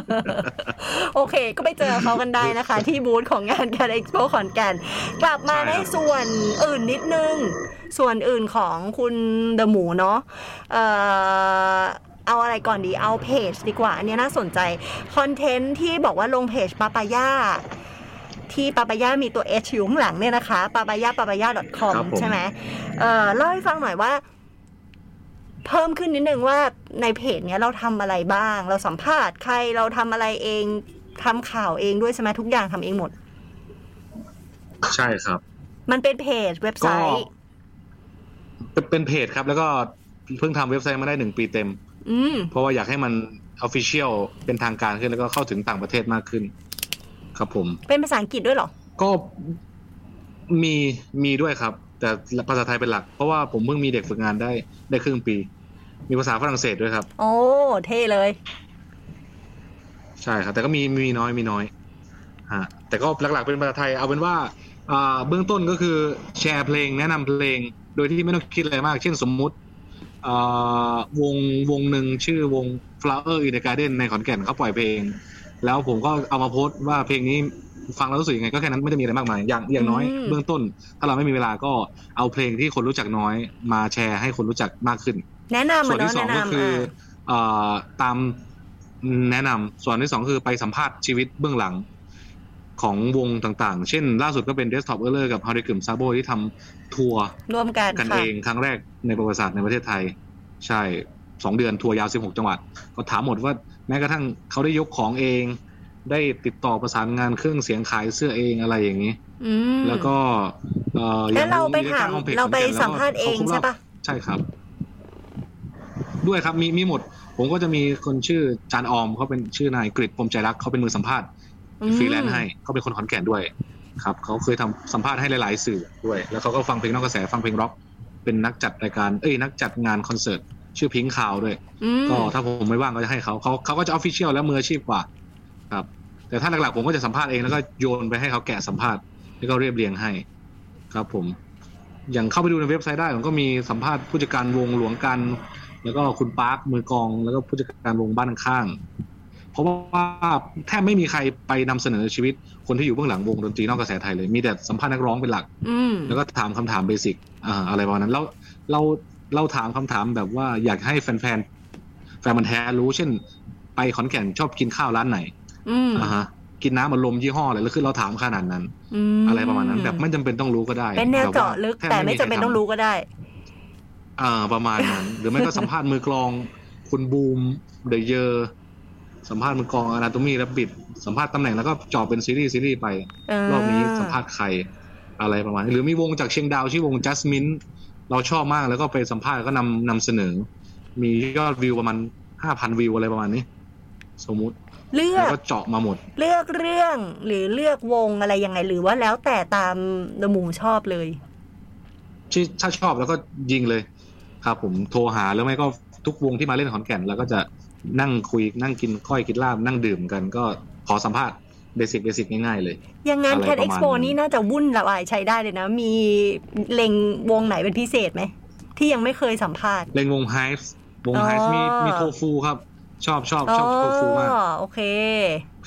Speaker 2: โอเค ก็ไปเจอเขากันได้ นะคะ ที่บูธของงานการเอ็กซ์โปขอนแก่นกลับมา
Speaker 3: ใช่ครับ
Speaker 2: ในส่วนอื่นนิดนึง ส่วนอื่นของคุณเดอะหมูเนาะเอ่อเอาอะไรก่อนดีเอาเพจดีกว่า อันเนี้ยน่าสนใจคอนเทนต์ที่บอกว่าลงเพจปาปายาที่ปาปายามีตัว H อยู่ข้างหลังเนี่ยนะคะปาปายาปาปายา .com
Speaker 3: ครับผม
Speaker 2: ใช่ไหมเอ่อเล่าให้ฟังหน่อยว่า เพิ่มขึ้นนิดนึงว่าในเพจเนี้ยเราทำอะไรบ้าง เราสัมภาษณ์ใครเราทำอะไรเองทำข่าวเองด้วยใช่ไหมทุกอย่างทำเองหมด
Speaker 3: ใช่ ครับ
Speaker 2: มันเป็นเพจเว็บไซ
Speaker 3: ก็
Speaker 2: ต์
Speaker 3: เป็นเป็นเพจครับ แล้วก็เพิ่งทำเว็บไซต์มาได้หนึ่งปีเต็ม
Speaker 2: อืม
Speaker 3: เพราะว่าอยากให้มัน Official เป็นทางการขึ้นแล้วก็เข้าถึงต่างประเทศมากขึ้น ครับผม
Speaker 2: เป็นภาษาอังกฤษด้วยเหรอ
Speaker 3: ก็มีมีด้วยครับ แต่ภาษาไทยเป็นหลัก เพราะว่าผมเพิ่งมีเด็กฝึกงานได้ได้ครึ่งปี มีภาษาฝรั่งเศสด้วยครับ
Speaker 2: โอ้ เท่เลย
Speaker 3: ใช่ครับ แต่ก็มีมีน้อยมีน้อยฮะแต่ก็หลักๆเป็นภาษาไทย เอาเป็นว่าอ่าเบื้องต้นก็คือแชร์เพลงแนะนำเพลง โดยที่ไม่ต้องคิดอะไรมาก เช่นสมมุติอ่าวงวงหนึ่งชื่อวง Flower in the Garden ในขอนแก่นเขาปล่อยเพลง แล้วผมก็เอามาโพสต์ว่าเพลงนี้ฟังแล้วรู้สึกยังไงก็แค่นั้นไม่ได้มีอะไรมากมาย อย่างอย่างน้อย
Speaker 2: อืม
Speaker 3: เบื้องต้น ถ้าเราไม่มีเวลาก็เอาเพลงที่คนรู้จักน้อย มาแชร์ให้คนรู้จักมากขึ้น
Speaker 2: แนะนำ
Speaker 3: ส่
Speaker 2: อ่ะ
Speaker 3: วน
Speaker 2: เนาะ
Speaker 3: ที่สอ
Speaker 2: แนะ
Speaker 3: งก็
Speaker 2: นำ
Speaker 3: คือ
Speaker 2: อ่ะ
Speaker 3: เอ่อตามแนะนำส่วนที่สองคือไปสัมภาษณ์ชีวิตเบื้องหลังของวงต่างๆ เช่น ล่าสุดก็เป็น Desktop e r l e r กับ h o w d y g r i m Sabo ที่ทำทัวร์
Speaker 2: ร่วมกัน
Speaker 3: กัน
Speaker 2: ค่ะ
Speaker 3: เองครั้งแรกในประวัติศาสตร์ในประเทศไทย ใช่สองเดือนทัวร์ยาว 16 จังหวัด ก็ถามหมดว่าแม้กระทั่งเขาได้ยกของเอง ได้ติดต่อประสานงานเครื่องเสียงขายเสื้อเองอะไรอย่างนี้
Speaker 2: อืม
Speaker 3: แล้วก็เอ่ออย่
Speaker 2: แล้
Speaker 3: ง
Speaker 2: วเรา
Speaker 3: วง
Speaker 2: ไป
Speaker 3: นี้
Speaker 2: ถาม
Speaker 3: ตั้ง Homepage
Speaker 2: เราไป
Speaker 3: ขอนแก่นแล้วก็
Speaker 2: สัมภาษณ์เอง
Speaker 3: ขครบร
Speaker 2: ใช่
Speaker 3: บ
Speaker 2: ปะ
Speaker 3: ใช่ครับ ด้วยครับมีมีหมด ผมก็จะมีคนชื่อจานออมเขาเป็นชื่อนายกริตพรหมใจรักเขาเป็นมือสัมภาษณ์ฟรีแลนซ์ให้เขาเป็นคนขอนแก่นด้วย ครับเขาเคยทำสัมภาษณ์ให้หลาย ๆ สื่อด้วย แล้วเขาก็ฟังเพลงนอกกระแสฟังเพลงร็อก เป็นนักจัดรายการเอ้ยนักจัดงานคอนเสิร์ตชื่อพิงค์คาวด้วย
Speaker 2: อืม
Speaker 3: ก็ถ้าผมไม่ว่างก็จะให้เขาเขาเขาก็จะออฟฟิเชียลและมืออาชีพกว่า ครับ แต่ถ้าหลักๆผมก็จะสัมภาษณ์เองแล้วก็โยนไปให้เขาแกะสัมภาษณ์แล้วก็เรียบเรียงให้ ครับผม อย่างเข้าไปดูในเว็บไซต์ได้ผมก็มีสัมภาษณ์ผู้จัดการวงหลวงกัน แล้วก็คุณปาร์คมือกลอง แล้วก็ผู้จัดการวงบ้านข้างๆเพราะว่าแทบไม่มีใครไปนำเสนอชีวิตคนที่อยู่เบื้องหลังวงดนตรีนอกกระแสไทยเลยมีแต่สัมภาษณ์นักร้องเป็นหลัก
Speaker 2: อืม
Speaker 3: แล้วก็ถามคำถามเบสิกอ่าอะไรประมาณนั้นเราเราเราถามคำถามแบบว่าอยากให้แฟนแฟนๆแฟนมันธุ์แท้รู้เช่น ไปขอนแก่นชอบกินข้าวร้านไหน
Speaker 2: อืม
Speaker 3: อ่าฮะกินน้ำมันลมยี่ห้ออะไรแล้วคือเราถามขนาดนั้น
Speaker 2: ม
Speaker 3: อะไรประมาณนั้นแบบไม่จำเป็นต้องรู้ก็ได้
Speaker 2: เป็นแนวเจาะลึก แต่ไม่จำเป็นต้องรู้ก็ได้
Speaker 3: อ่าประมาณนั้น หรือไม่ก็สัมภาษณ์มือกลอง คุณบูมเดอะเยอสัมภาษณ์มือกลองอนาโตมีและบิดสัมภาษณ์ตำแหน่งแล้วก็เจอบเป็นซีรีส์ซีรีส์ไป
Speaker 2: เ
Speaker 3: รอบนี้สัมภาษณ์ใครอะไรประมาณนี้หรือมีวงจากเชียงดาวชื่อวง Just Mint เราชอบมากแล้วก็ไปสัมภาษณ์แล้วก็นำนำเสนอ มียอดวิวประมาณห้าพันวิวอะไรประมาณนี้ สมมุติ
Speaker 2: เลือ
Speaker 3: แล้ว
Speaker 2: ก
Speaker 3: ก็เจาะมาหมด
Speaker 2: เลือกเรื่องหรือเลือกวงอะไรยังไงหรือว่าแล้วแต่ตามหมูชอบเลย
Speaker 3: ที่ถ้าชอบแล้วก็ยิงเลย ครับผมโทรหาแล้วไม่ก็ทุกวงที่มาเล่นขอนแก่น แล้วก็จะนั่งคุยนั่งกินก้อยกินลาบนั่งดื่มกันก็ขอสัมภาษณ์เบสิกเบสิกง่ายๆเลย
Speaker 2: อย่างงาน
Speaker 3: อะไร
Speaker 2: Cat
Speaker 3: ประมาณ
Speaker 2: Expo
Speaker 3: นั้น
Speaker 2: นี่น่าจะวุ่นละวายใช้ได้เลยนะ มีเล็งวงไหนเป็นพิเศษไหม ที่ยังไม่เคยสัมภาษณ์
Speaker 3: เล่นวงไฮส์วงไฮส์มีมีโทฟูครับ ชอบชอบชอบโทฟูมาก
Speaker 2: อ๋อโอเค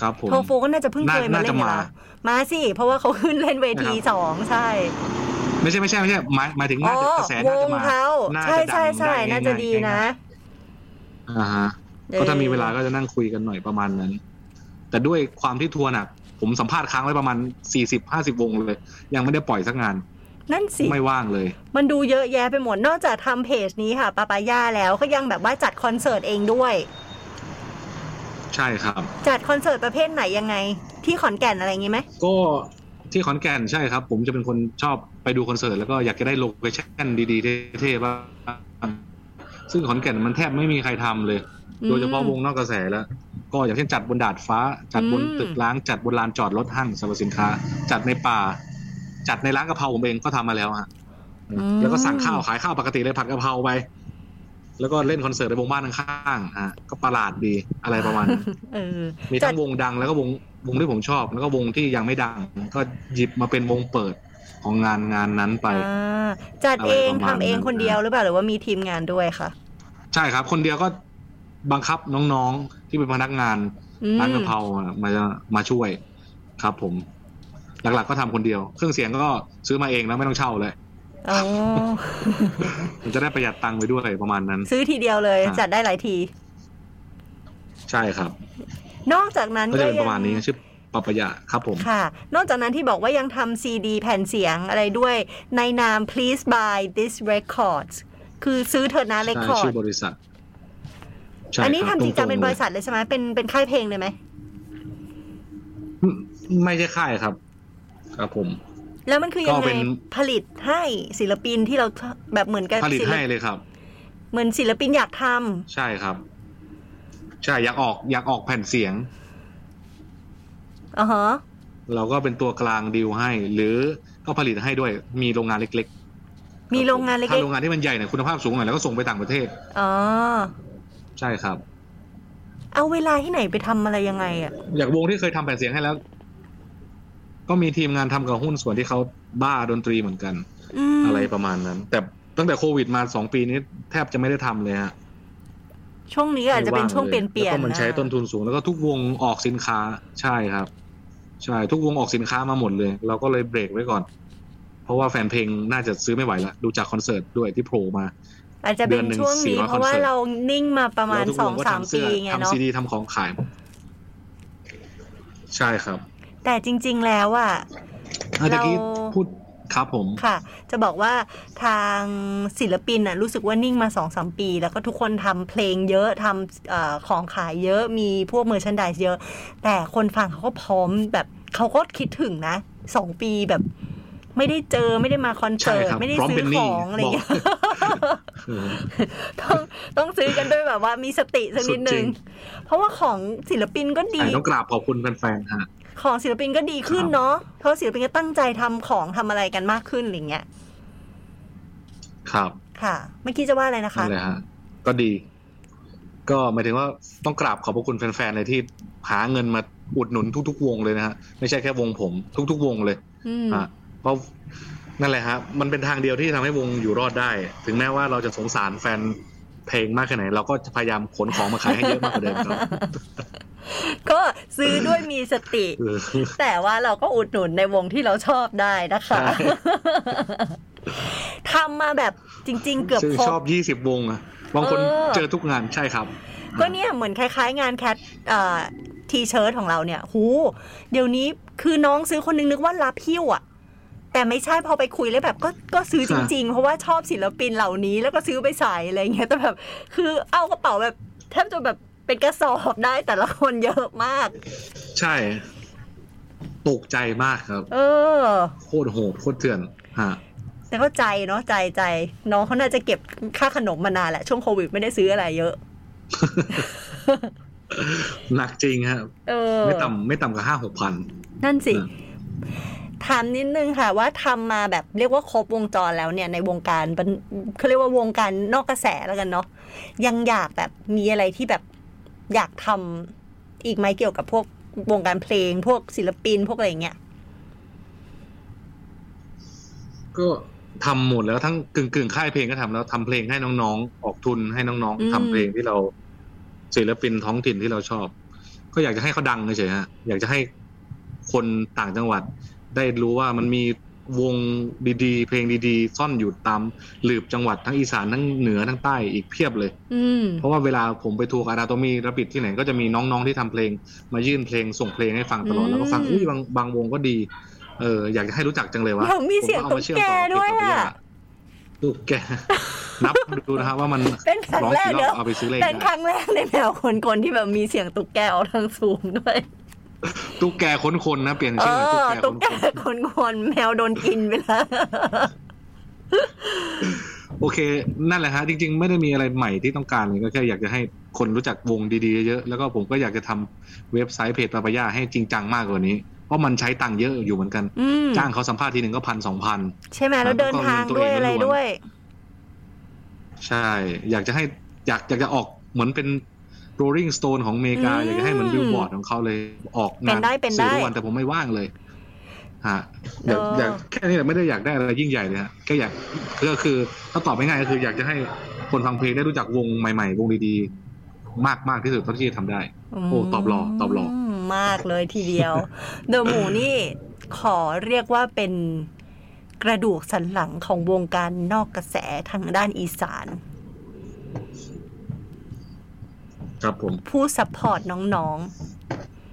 Speaker 3: ครับผม
Speaker 2: โทฟูก็น่าจะเพิ่ง
Speaker 3: น่า
Speaker 2: เคยมาเล่นอยู่
Speaker 3: น่าจะมา
Speaker 2: ละมาสิ เพราะว่าเขาขึ้นเล่นเวที
Speaker 3: นะครับ
Speaker 2: สองใช่
Speaker 3: ไม่ใช่ไม่ใช่ไม่ใช่หมายหมายถึง
Speaker 2: อ๋
Speaker 3: น่า
Speaker 2: อ
Speaker 3: จะกระแส
Speaker 2: ว
Speaker 3: น่าจะ
Speaker 2: ง
Speaker 3: มา
Speaker 2: เขา
Speaker 3: น่า
Speaker 2: ใช่
Speaker 3: จะ
Speaker 2: ใช่ใช่
Speaker 3: ดังได้
Speaker 2: น่าจะดีนะ
Speaker 3: ง่ายๆอ่าฮะก็ถ้ามีเวลาก็จะนั่งคุยกันหน่อยประมาณนั้น แต่ด้วยความที่ทัวร์หนัก ผมสัมภาษณ์ค้างไว้ประมาณ 40 50 วงเลย ยังไม่ได้ปล่อยสักงาน
Speaker 2: นั่นสิ
Speaker 3: ไม่ว่างเลย
Speaker 2: มันดูเยอะแยะไปหมด นอกจากทำเพจนี้ค่ะปาปาย่าแล้วก็ยังแบบว่าจัดคอนเสิร์ตเองด้วย
Speaker 3: ใช่ครับ
Speaker 2: จัดคอนเสิร์ตประเภทไหนยังไง ที่ขอนแก่นอะไรอย่างงี้ไหม
Speaker 3: ก็ที่ขอนแก่นใช่ครับ ผมจะเป็นคนชอบไปดูคอนเสิร์ตแล้วก็อยากจะได้โลเคชั่นดีๆเท่ๆบ้างซึ่งขอนแก่นมันแทบไม่มีใครทำเลย
Speaker 2: อืม
Speaker 3: โดยเฉพาะวงนอกกระแสแล้ว ก็อย่างเช่นจัดบนดาดฟ้า จัดบน
Speaker 2: อืม
Speaker 3: ตึกร้างจัดบนลานจอดรถห้างสรรพสินค้า จัดในป่า จัดในร้านกะเพราผมเองก็ทำมาแล้วฮะแล้วก็สั่งข้าวขายข้าวปกติเลยผัดกะเพราไปแล้วก็เล่นคอนเสิร์ตในวงบ้านข้างๆฮะก็ประหลาดดีอะไรประมาณ นั้น
Speaker 2: เออ
Speaker 3: มี
Speaker 2: จั
Speaker 3: ทั้
Speaker 2: ด
Speaker 3: งวงดังแล้วก็วงวงที่ผมชอบ แล้วก็วงที่ยังไม่ดัง ก็หยิบมาเป็นวงเปิดของงานงานนั้นไป
Speaker 2: อ่าจัดเอง
Speaker 3: อะไรประ
Speaker 2: ทำ
Speaker 3: มาณ
Speaker 2: เอง
Speaker 3: นั้น
Speaker 2: คนเดียวหรือเปล่าหรือว่ามีทีมงานด้วยค่ะ
Speaker 3: ใช่ครับ คนเดียวก็บังคับน้องๆที่เป็นพนักงาน
Speaker 2: อืม
Speaker 3: ร้านกะเพราอ่ะมามาช่วยครับผม หลักๆก็ทำคนเดียว เครื่องเสียงก็ซื้อมาเองแล้วไม่ต้องเช่าเลย
Speaker 2: อ๋อ
Speaker 3: มันจะได้ประหยัดตังค์ไปด้วยประมาณนั้น
Speaker 2: ซื้อทีเดียวเลย
Speaker 3: อ่ะ
Speaker 2: จัดได้หลายที
Speaker 3: ใช่ครับ
Speaker 2: นอกจากนั้น
Speaker 3: ก็
Speaker 2: ก็
Speaker 3: จะเป็น
Speaker 2: ยั
Speaker 3: ประมาณนี้ชื่อปปปายะครับผม
Speaker 2: ค่ะ นอกจากนั้นที่บอกว่ายังทำซีดีแผ่นเสียงอะไรด้วย ในนาม please buy this records คือซื้อเธอะนะ
Speaker 3: ใช่
Speaker 2: record
Speaker 3: ชื่อบริษัทใช่
Speaker 2: อันนี้
Speaker 3: คบ
Speaker 2: ทำจริงจัง
Speaker 3: ๆ
Speaker 2: เป็นบริษัทเลยใช่ไหมเป็นเป็นค่ายเพลงเลยไหม
Speaker 3: ไม่ไม่ใช่ค่ายครับ ครับผม
Speaker 2: แล้วมันคือยัง
Speaker 3: ก็
Speaker 2: ไง
Speaker 3: เป็น
Speaker 2: ผลิตให้ศิลปินที่เราแบบเหมือนกับ
Speaker 3: ผลิต
Speaker 2: ศิล
Speaker 3: ให้เลยครับ
Speaker 2: เหมือนศิลปินอยากทำ
Speaker 3: ใช่ครับ ใช่อยากออกอยากออกแผ่นเสียง
Speaker 2: อ๋อฮะ
Speaker 3: เราก็เป็นตัวกลางดีลให้ หรือก็ผลิตให้ด้วยมีโรงงานเล็กๆ
Speaker 2: มีโรงงานเล็
Speaker 3: ถ้าก โรงงานที่มันใหญ่หน่อยคุณภาพสูงหน่อยแล้วก็ส่งไปต่างประเทศ
Speaker 2: ๆอ๋อ
Speaker 3: ใช่ครับ
Speaker 2: เอาเวลาที่ไหนไปทำอะไรยังไงอ่ะ
Speaker 3: อย่างวงที่เคยทำแผ่นเสียงให้แล้ว ก็มีทีมงานทำกับหุ้นส่วนที่เขาบ้าดนตรีเหมือนกัน
Speaker 2: ม
Speaker 3: อะไรประมาณนั้น แต่ตั้งแต่โควิดมาสองปีนี้แทบจะไม่ได้ทำเลยฮะ
Speaker 2: ช่วงนี้อาจจะเป็นช่วงเปลี่ยนเปลี่ยน
Speaker 3: แล้วก็มันใช้ต้นทุนสูงแล้วก็ทุกวงออกสินค้าใช่ครับ ใช่ ทุกวงออกสินค้ามาหมดเลย เราก็เลยเบรกไว้ก่อน เพราะว่าแฟนเพลงน่าจะซื้อไม่ไหวละดูจากคอนเสิร์ตด้วยที่โผล่มา
Speaker 2: อาจจะเป็นช่วงนี้
Speaker 3: เดือนหนึ่ง400
Speaker 2: เพราะว่า
Speaker 3: คอนเสิร์ต
Speaker 2: เรานิ่งมาประมาณ
Speaker 3: แล้วทุก
Speaker 2: ส
Speaker 3: ว
Speaker 2: อง
Speaker 3: ก็
Speaker 2: สาม
Speaker 3: ทำ
Speaker 2: ปี
Speaker 3: เสื้อ
Speaker 2: ไง
Speaker 3: ทำ
Speaker 2: เนาะ
Speaker 3: ซีดีทำของขาย ใช่ครับ
Speaker 2: แต่จริง ๆแล้วอ่ะ
Speaker 3: อ่ะตะกี้
Speaker 2: เรา
Speaker 3: พูดครับผม
Speaker 2: ค่ะ จะบอกว่าทางศิลปินน่ะรู้สึกว่านิ่งมา2อสมปี แล้วก็ทุกคนทำเพลงเยอะทำเออของขายเยอะมีพวกเมอร์ชันดายเยอะ แต่คนฟังเขาก็พร้อมแบบเขาก็คิดถึงนะสองปีแบบ ไม่ได้เจอไม่ได้มาคอนเสิร์ต
Speaker 3: ใช่ครับ
Speaker 2: ไม่ได้
Speaker 3: พร้อม
Speaker 2: ซื้
Speaker 3: เป็
Speaker 2: อน
Speaker 3: หนี้
Speaker 2: ของอะไรอย่างเงี้ย
Speaker 3: อืม
Speaker 2: ต้องต้องซื้อกันด้วยแบบว่ามีสติสักนิดนึง
Speaker 3: สุดจริ
Speaker 2: เพราะว่าของศิลปินก็ดี
Speaker 3: ใช่ต้องกราบขอบคุณแฟนๆฮะ
Speaker 2: ของศิลปินก็ดีขึ้น
Speaker 3: ครับ
Speaker 2: เนาะเพราะศิลปินก็ตั้งใจทำของทำอะไรกันมากขึ้นอะไรอย่างเงี้ย
Speaker 3: ครับ
Speaker 2: ค่ะเมื่อกี้จะว่าอะไรนะคะ
Speaker 3: นั่นแหละฮะก็ดี ก็หมายถึงว่าต้องกราบขอบพระคุณแฟนๆเลยที่หาเงินมาอุดหนุนทุกๆ วงเลยนะฮะไม่ใช่แค่วงผม ทุกๆ วงเลย
Speaker 2: อืม
Speaker 3: ฮะเพราะนั่นแหละฮะมันเป็นทางเดียวที่ทำให้วงอยู่รอดได้ ถึงแม้ว่าเราจะสงสารแฟนเพลงมากแค่ไหน เราก็จะพยายามขนของมาขายให้เยอะมากกว่าเดิมครับ
Speaker 2: ก็ซื้อด้วยมีส ติ
Speaker 3: เออ
Speaker 2: แต่ว่าเราก็อุดหนุนในวงที่เราชอบได้ นะคะ
Speaker 3: ใช่
Speaker 2: ทำมาแบบจริง ๆ เกือบ
Speaker 3: ซึ่ง
Speaker 2: คร
Speaker 3: ชอบบ ยี่สิบวงอะบางคน
Speaker 2: เออ
Speaker 3: เจอทุกงานใช่ครับ
Speaker 2: ก็เนี่ยเหมือนคล้ายๆ งานแคททีเชิร์ตของเราเนี่ยหูเดี๋ยวนี้คือน้องซื้อคนนึงนึกว่ารับหิ้วอะแต่ไม่ใช่พอไปคุยแล้วแบบก็ก็ซื้อจริง ๆ เพราะว่าชอบศิลปินเหล่านี้แล้วก็ซื้อไปใส่อะไรเงี้ยแต่แบบ คือเอากระเป๋าแบบแทบจะแบบเป็นกระสอบได้แต่ละคนเยอะมาก
Speaker 3: ใช่ตกใจมากครับ
Speaker 2: เออ
Speaker 3: โคตรโหดโคตรเถื่อนฮะ
Speaker 2: แต่ก็ใจเนาะใจใจน้องเขาน่าจะเก็บค่าขนมมานานแหละ ช่วงโควิดไม่ได้ซื้ออะไรเยอะ
Speaker 3: หนักจริงฮะ
Speaker 2: เออ
Speaker 3: ไม่ต่ำไม่ต่ำกว่าห้าหกพัน
Speaker 2: นั่นสิ
Speaker 3: เออ
Speaker 2: ถามนิดนึงค่ะ ว่าทำมาแบบเรียกว่าครบวงจรแล้วเนี่ยในวงการบันเขาเรียกว่าวงการนอกกระแสแล้วกันเนาะยังอยากแบบมีอะไรที่แบบอยากทำอีกไหมเกี่ยวกับพวกวงการเพลง พวกศิลปินพวกอะไรอย่างเงี้ย
Speaker 3: ก็ทำหมดแล้วทั้งกึ่งกึ่งๆค่ายเพลงก็ทำแล้วทำเพลงให้น้องๆ ออกทุนให้น้องๆทำเพลงที่เราศิลปินท้องถิ่นที่เราชอบ ก็อยากจะให้เขาดังเฉยๆฮะอยากจะให้คนต่างจังหวัด ได้รู้ว่ามันมีวงดีๆ เพลงดีๆ ซ่อนอยู่ตามหลืบจังหวัดทั้งอีสานทั้งเหนือทั้งใต้อีกเพียบเลย
Speaker 2: อืม
Speaker 3: เพราะว่าเวลาผมไปทัวร์อนาโตมีรับบิดที่ไหนก็จะมีน้องๆที่ทำเพลง มายื่นเพลงส่งเพลงให้ฟังตลอด
Speaker 2: อืม
Speaker 3: แล้วก็ฟังอุ้ยบางบางวงก็ดี เอออยากจะให้รู้จักจังเลยว่า
Speaker 2: เรามีเสียงตุ๊กแกด้วยอ่ะ
Speaker 3: ตุ๊กแก นับดูนะครับว่ามัน
Speaker 2: เป็นครั้ง
Speaker 3: ร้อง
Speaker 2: แรก
Speaker 3: กี่ร
Speaker 2: เดี๋
Speaker 3: อย
Speaker 2: ว
Speaker 3: บเอาไปซื้อเลข
Speaker 2: เป็นค
Speaker 3: ได้
Speaker 2: รั้งแรกในแนวคนๆที่แบบมีเสียงตุ๊กแกออกทางซูมด้วย
Speaker 3: ตุ๊กแกค้นๆนะเปลี่ยน
Speaker 2: เอ
Speaker 3: ชื่อเป็น
Speaker 2: อ
Speaker 3: ตุ๊
Speaker 2: ตุ๊
Speaker 3: ก
Speaker 2: ก
Speaker 3: แก
Speaker 2: แก
Speaker 3: ค้น
Speaker 2: คนคนๆแมวโดนกินไปแล้ว
Speaker 3: ๆโอเค นั่นแหละฮะจริง ๆ ไม่ได้มีอะไรใหม่ที่ต้องการเลยก็แค่อยากจะให้คนรู้จักวงดีๆเยอะๆแล้วก็ผมก็อยากจะทำเว็บไซต์เพจปาปายาให้จริงจังมากกว่านี้เพราะมันใช้ตังค์เยอะอยู่เหมือนกัน
Speaker 2: อืม
Speaker 3: จ้างเขาสัมภาษณ์ทีหนึ่งก็พันสองพัน
Speaker 2: ใช่ไหมแล้วเดินทางด้วยอะไรด้วย
Speaker 3: ใช่ อยากจะให้อยากอยากจะออกเหมือนเป็น Rolling Stone ของอเมริกา
Speaker 2: อืม
Speaker 3: อยากจะให้เหมือนบิลบอร์ดของเขาเลยออก
Speaker 2: เป็
Speaker 3: งาน
Speaker 2: นได้เป็นได้
Speaker 3: สื่อทุกวันแต่ผมไม่ว่างเลยฮะอยาก
Speaker 2: เอออ
Speaker 3: อยากแค่นี้แหละไม่ได้อยากได้อะไรยิ่งใหญ่เลยฮะแค่อยากก็คือถ้าตอบง่ายๆก็คือ อยากจะให้คนฟังเพลงได้รู้จักวงใหม่ๆ วงดีๆ มากมากที่สุดเท่าที่จะทำได้ โอ้ตอบหล่อตอบหล่อ
Speaker 2: มมากเลยทีเดียว เดอะหมูนี่ขอเรียกว่าเป็นกระดูกสันหลังของวงการนอกกระแสทางด้านอีสาน
Speaker 3: ครับผม
Speaker 2: ผู้ซัพพอร์ตน้อง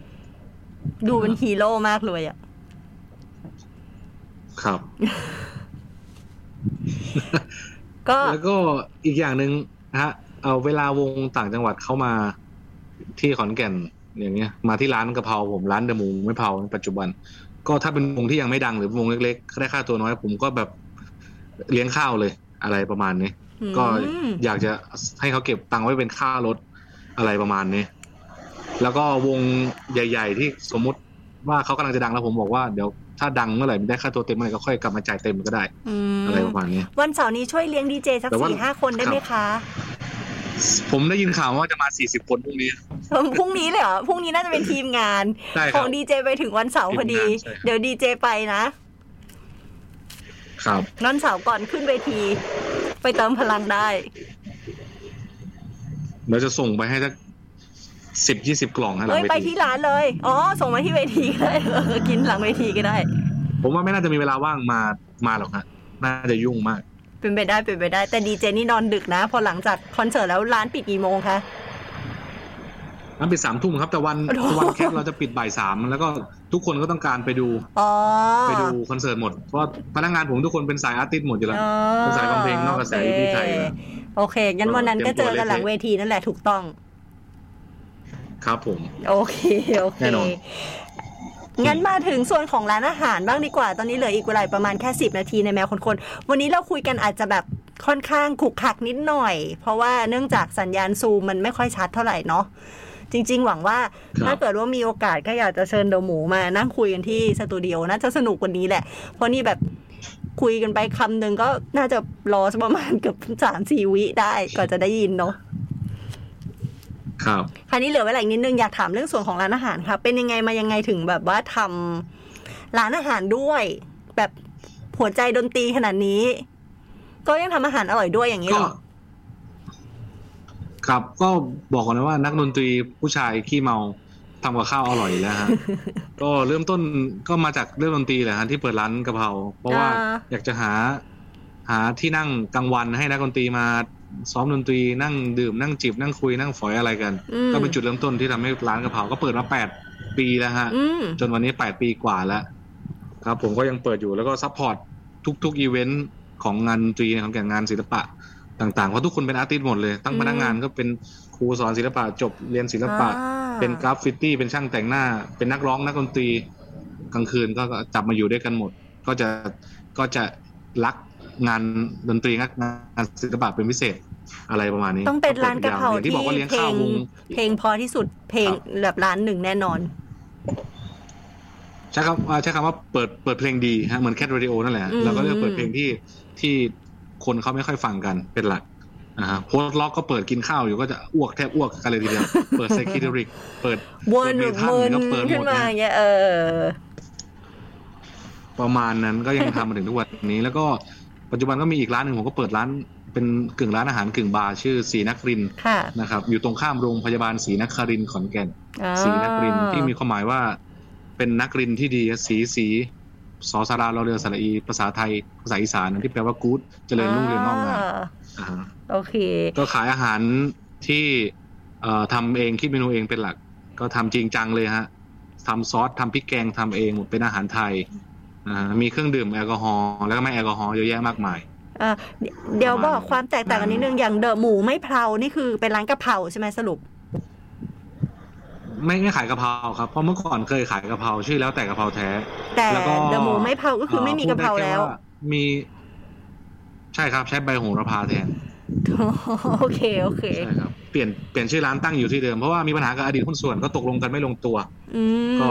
Speaker 2: ๆ ดูเป็นฮีโร่มากเลยอะ
Speaker 3: ครับ
Speaker 2: ก็
Speaker 3: แล้วก็อีกอย่างหนึ่งนะฮะ เอาเวลาวงต่างจังหวัดเข้ามาที่ขอนแก่นอย่างเงี้ย มาที่ร้านกะเพราผมร้านเดอะมูไม่เผาปัจจุบัน ก็ถ้าเป็นวงที่ยังไม่ดังหรือวงเล็กๆได้ค่าตัวน้อย ผมก็แบบเลี้ยงข้าวเลยอะไรประมาณนี้ก็
Speaker 2: อืม
Speaker 3: อยากจะให้เขาเก็บตังค์ไว้เป็นค่ารถอะไรประมาณนี้ แล้วก็วงใหญ่ ๆ ที่สมมุติว่าเขากำลังจะดังแล้วผมบอกว่าเดี๋ยวถ้าดังเมื่อไหร่ได้ค่าตัวเต็มเมื่อไหร่ก็ค่อยกลับมาจ่ายเต็มก็ได้
Speaker 2: อืม
Speaker 3: อะไรประมาณนี้
Speaker 2: วันเสาร์นี้ช่วยเลี้ยงดีเจสัก
Speaker 3: แต่ว่า
Speaker 2: สี่ห้าคนได้ไหมคะ
Speaker 3: ผมได้ยินข่าวว่าจะมา 40 คนพรุ่งนี้
Speaker 2: พรุ่งนี้เลยเหรอพรุ่งนี้น่าจะเป็นทีมงาน
Speaker 3: ใช่ค
Speaker 2: ข
Speaker 3: รั
Speaker 2: อบ งดีเจไปถึงวันเสาร์พอดี
Speaker 3: ทีมงานใช่ครับ
Speaker 2: เดี๋ยวดีเจไปนะครับ วันเสาร์ก่อนขึ้นเวที ไปเติมพลังได้
Speaker 3: เราจะส่งไปให้สักสิบยี่สิบกล่องให้หลัง
Speaker 2: เอ้ย
Speaker 3: เว
Speaker 2: ไป
Speaker 3: ที
Speaker 2: ที่ร้านเลย อ๋อ ส่งมาที่เวทีก็ได้ เออกินหลังเวทีก็ได้
Speaker 3: ผมว่าไม่น่าจะมีเวลาว่างมามาหรอกฮะน่าจะยุ่งมาก
Speaker 2: เป็นไปได้เป็นไปได้ แต่ดีเจนี่นอนดึกนะ พอหลังจากคอนเสิร์ตแล้วร้านปิดกี่โมงคะ
Speaker 3: นันปิดสามทุ่มครับแต่วัน
Speaker 2: โอ้โห
Speaker 3: วันแคปเราจะปิดบ่ายสามแล้วก็ทุกคนก็ต้องการไปดู
Speaker 2: อ๋อ
Speaker 3: ไปดูคอนเสิร์ตหมด เพราะพนักงานผมทุกคนเป็นสายอาร์ติสต์หมดอยู่แล้ว
Speaker 2: อ๋อ
Speaker 3: เป็นสายฟังเพลงนอกกระแสอยู่ที่ไทยนะ
Speaker 2: โอเค งั้นวันนั้นก็เจอกันหลังเวทีนั่นแหละถูกต้อง
Speaker 3: ครับผม
Speaker 2: โอเค โอเค
Speaker 3: แน่นอน
Speaker 2: งั้นมาถึงส่วนของร้านอาหารบ้างดีกว่า ตอนนี้เหลืออีกเวลาประมาณแค่ 10 นาทีในแมวคนคนๆวันนี้เราคุยกันอาจจะแบบค่อนข้างขลุกขลักนิดหน่อย เพราะว่าเนื่องจากสัญญาณซูมมันไม่ค่อยชัดเท่าไหร่เนาะ จริง ๆ หวังว่า
Speaker 3: ครับ
Speaker 2: ถ้าเกิดว่ามีโอกาสก็อยากจะเชิญเดอะหมูมานั่งคุยกันที่สตูดิโอน่าจะสนุกกว่านี้แหละ เพราะนี่แบบคุยกันไปคำหนึ่งก็น่าจะรอสักประมาณเกือบสามสี่วิได้ก่อนจะได้ยินเนาะ
Speaker 3: ครับ
Speaker 2: คราวนี้เหลือเวลาอีกนิดนึงอยากถามเรื่องส่วนของร้านอาหารค่ะ เป็นยังไงมายังไงถึงแบบว่าทำร้านอาหารด้วย แบบหัวใจดนตรีขนาดนี้ ก็ยังทำอาหารอร่อยด้วยอย่างนี้
Speaker 3: ก็
Speaker 2: เหรอ
Speaker 3: ครับก็บอกก่อนนะว่านักดนตรีผู้ชายขี้เมาทำกับข้าวอร่อยอยู่แล้ว ฮะ ก็เริ่มต้นก็มาจากเรื่องดนตรีแหละฮะที่เปิดร้านกะเพราเพราะว่า
Speaker 2: อ่า
Speaker 3: อยากจะหาหาที่นั่งกลางวันให้นักดนตรีมาซ้อมดนตรีนั่งดื่มนั่งจิบนั่งคุยนั่งฝอยอะไรกัน
Speaker 2: อืม
Speaker 3: ก็เป็นจุดเริ่มต้นที่ทำให้ร้านกะเพราก็เปิดมาแปดปีแล้วฮะ
Speaker 2: อืม
Speaker 3: จนวันนี้แปดปีกว่าแล้ว ครับ ผมก็ยังเปิดอยู่แล้วก็ซัพพอร์ตทุกๆอีเวนต์ของงานดนตรีนะครับแก่งานศิลปะต่างๆเพราะทุกคนเป็นอาร์ติสต์หมดเลย ทั้งพนักงานก็เป็นครูสอนศิลปะจบเรียนศิลปะ
Speaker 2: อ่า
Speaker 3: เป็นกราฟฟิตี้เป็นช่างแต่งหน้า เป็นนักร้องนักดนตรีกลางคืนก็จับมาอยู่ด้วยกันหมด ก็จะก็จะรักงานดนตรีรักงานศิลปะเป็นพิเศษอะไรประมาณนี้
Speaker 2: ต้องเป็นร้านกะเพรา
Speaker 3: อย่ง
Speaker 2: ที่
Speaker 3: บอกว่าเลี้ยง
Speaker 2: เพล
Speaker 3: ข้าว
Speaker 2: ง
Speaker 3: วง
Speaker 2: เพลงพอที่สุดเพลง
Speaker 3: ครับ
Speaker 2: แบบร้านหนึ่งแน่นอน
Speaker 3: ใช้คำอ่าใช้คำว่าเปิดเปิดเพลงดีฮะเหมือนแคทวิดีโอนั่นแหละ
Speaker 2: อืม
Speaker 3: เราก็เลือกเปิดเพลงที่ที่คนเขาไม่ค่อยฟังกันเป็นหลักนะฮะโพสต์ล็อกก็เปิดกินข้าวอยู่ก็จะอ้วกแทบอ้วกกันเลย ทีเดียว เปิดไซคิเดริกเปิด
Speaker 2: วน
Speaker 3: เปิดเพลง
Speaker 2: วน
Speaker 3: ท่านก็เปิดหมด
Speaker 2: ขึ้นมาอย่างเงี้ยเออ
Speaker 3: ประมาณนั้นก็ยังทำมาถึงทุกวันนี้ แล้วก็ปัจจุบันก็มีอีกร้านหนึ่งผมก็เปิดร้านเป็นกึ่งร้านอาหารกึ่งบาร์ชื่อสีนักรินทร์
Speaker 2: ค่ะ
Speaker 3: นะครับอยู่ตรงข้ามโรงพยาบาลศรีนครินทร์ขอนแก่น
Speaker 2: อ่า
Speaker 3: สีนักรินที่มีความหมายว่าเป็นนักรินที่ดีสีสีสอสาราเราเรือสระอีภาษาไทยภาษาอีสานที่แปลว่ากู๊ดเจริญรุ่งเรืองงอกงาม
Speaker 2: า
Speaker 3: อ่าฮะ
Speaker 2: โอเค
Speaker 3: ก็ขายอาหารที่เอ่อทำเองคิดเมนูเองเป็นหลัก ก็ทำจริงจังเลยฮะทำซอสทำพริกแกงทำเองหมดเป็นอาหารไทยอ่ามีเครื่องดื่มแอลกอฮอล์แล้วก็ไม่แอลกอฮอล์เยอะแยะมากมาย
Speaker 2: เอ่อเดี๋ยว
Speaker 3: ป
Speaker 2: บ
Speaker 3: ระมาณ
Speaker 2: อกความแตกต่างกันนิดนึง อย่างเดอะหมูไม่เพรานี่คือเป็นร้านกะเพราใช่ไหมสรุป
Speaker 3: ไม่ไม่ขายกะเพราครับเพราะเมื่อก่อนเคยขายกะเพราชื่อแล้วแต่กะเพราแท้
Speaker 2: แต่
Speaker 3: แล้วก็
Speaker 2: เดอะหมูไม่เพราก็คือไม่มีกะเพราแล้ว
Speaker 3: พูดได้ค่ามี ใช่ครับ ใช้ใบโหระพาแทน
Speaker 2: โอเค โอเค
Speaker 3: ใช่ครับเปลี่ยนเปลี่ยนชื่อร้านตั้งอยู่ที่เดิม เพราะว่ามีปัญหากับอดีตหุ้นส่วนก็ตกลงกันไม่ลงตัว
Speaker 2: อืม
Speaker 3: ก็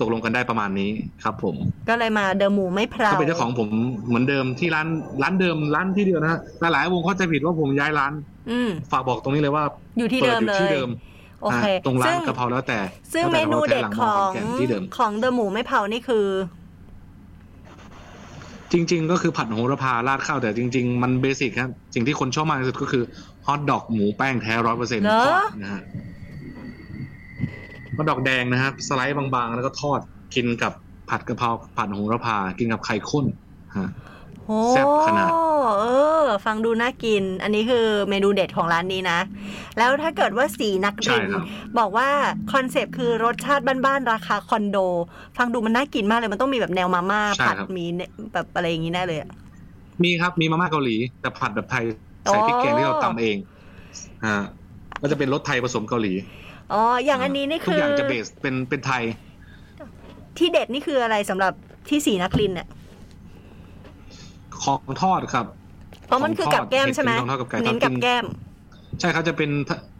Speaker 3: ตกลงกันได้ประมาณนี้ครับ ผม
Speaker 2: ก็เลยมาเดอะหมูไม่เพรา
Speaker 3: ก็เป็นเจ้าของผมเหมือนเดิมที่ร้านร้านเดิมร้านที่เดียวนะฮะหลายๆวงเข้าใจผิดว่าผมย้ายร้าน
Speaker 2: อืม
Speaker 3: ฝากบอกตรงนี้เลยว่า
Speaker 2: อยู่ที่
Speaker 3: เปิ
Speaker 2: เดิ
Speaker 3: ด
Speaker 2: ม
Speaker 3: อยู่
Speaker 2: เล
Speaker 3: ที่
Speaker 2: ย
Speaker 3: เดิม
Speaker 2: โอเค
Speaker 3: อ่ะตรงร้า
Speaker 2: ซึ่
Speaker 3: น
Speaker 2: ง
Speaker 3: กะเพราแล้วแต่
Speaker 2: ซึ่ง
Speaker 3: แล้ว
Speaker 2: เม
Speaker 3: แต่กะพ
Speaker 2: นู
Speaker 3: รา
Speaker 2: เด็ด
Speaker 3: แท้หลั
Speaker 2: ขอ
Speaker 3: ม
Speaker 2: ง
Speaker 3: ขนแก่นที่เดิม
Speaker 2: ของเดอะหมูไม่เพรานี่คือ
Speaker 3: จริง ๆ ก็คือผัดโหระพาราดข้าวแต่จริง ๆ มันเบสิกครับสิ่งที่คนชอบมากที่สุดก็คือฮอทดอกหมูแป้งแท้ร้อยเปอร์เซ็นต์
Speaker 2: เหรอ
Speaker 3: นะฮะฮอทดอกแดงนะครับสไลด์บางๆ แล้วก็ทอดกินกับผัดกะเพราผัดโหระพา กินกับไข่ข้นฮะ
Speaker 2: โอ้
Speaker 3: แซ่บขนาด
Speaker 2: เออ ฟังดูน่ากิน อันนี้คือเมนูเด็ดของร้านนี้นะ แล้วถ้าเกิดว่าสีนัก
Speaker 3: ใช่
Speaker 2: ริน
Speaker 3: ครับ
Speaker 2: บอกว่าคอนเซปต์คือรสชาติบ้านๆราคาคอนโด ฟังดูมันน่ากินมากเลยมันต้องมีแบบแนวมาม่า
Speaker 3: ใช่
Speaker 2: ผัด
Speaker 3: ครับ
Speaker 2: มีเนี่ยแบบอะไรอย่างนี้แน่เลยอะ
Speaker 3: มีครับมีมาม่าเกาหลี แต่ผัดแบบไทยใส่พริกแกงที่เราตำเองฮะก็จะเป็นรสไทยผสมเกาหลี
Speaker 2: อ๋อ อย่างอันนี้นี่
Speaker 3: ทุ
Speaker 2: คื
Speaker 3: ก
Speaker 2: อ
Speaker 3: อย่างจะเบสเป็นเป็นไทย
Speaker 2: ที่เด็ดนี่คืออะไรสำหรับที่สีนักลินเนี่ย
Speaker 3: ของทอดครับ
Speaker 2: เพราะมันคือกับแก้มใช่ไหม
Speaker 3: ของทอดกับไก่ทอด
Speaker 2: เน้นกับแก้ม
Speaker 3: ใช่ครับจะเป็น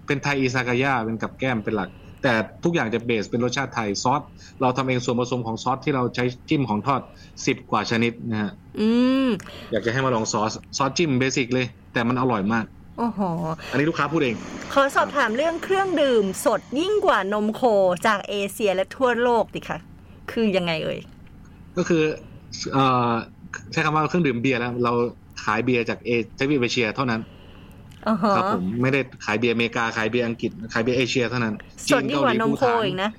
Speaker 3: เป็นไทยอิซากายะเป็นกับแก้มเป็นหลัก แต่ทุกอย่างจะเบสเป็นรสชาติไทยซอส เราทำเองส่วนผสมของซอสที่เราใช้จิ้มของทอดสิบกว่าชนิดนะฮะ
Speaker 2: อืม
Speaker 3: อยากจะให้มาลองซอสซอสจิ้มเบสิกเลย แต่มันอร่อยมาก
Speaker 2: โอ้โห
Speaker 3: อันนี้ลูกค้าพูดเอง
Speaker 2: ขอสอบถามเรื่องเครื่องดื่มสดยิ่งกว่านมโคจากเอเชียและทั่วโลกดิค่ะ คือยังไงเอ่ย
Speaker 3: ก็คือเอ่อใช้คำว่าเครื่องดื่มเบียร์แล้ว เราขายเบียร์จากเอทวีปเอเชียเท่านั้น
Speaker 2: อ๋อฮะ
Speaker 3: ครับผมไม่ได้ขายเบียร์อเมริกาขายเบียร์อังกฤษขายเบียร์เอเชียเท่านั้น
Speaker 2: สดยิ่งกว่านมโคอีกนะ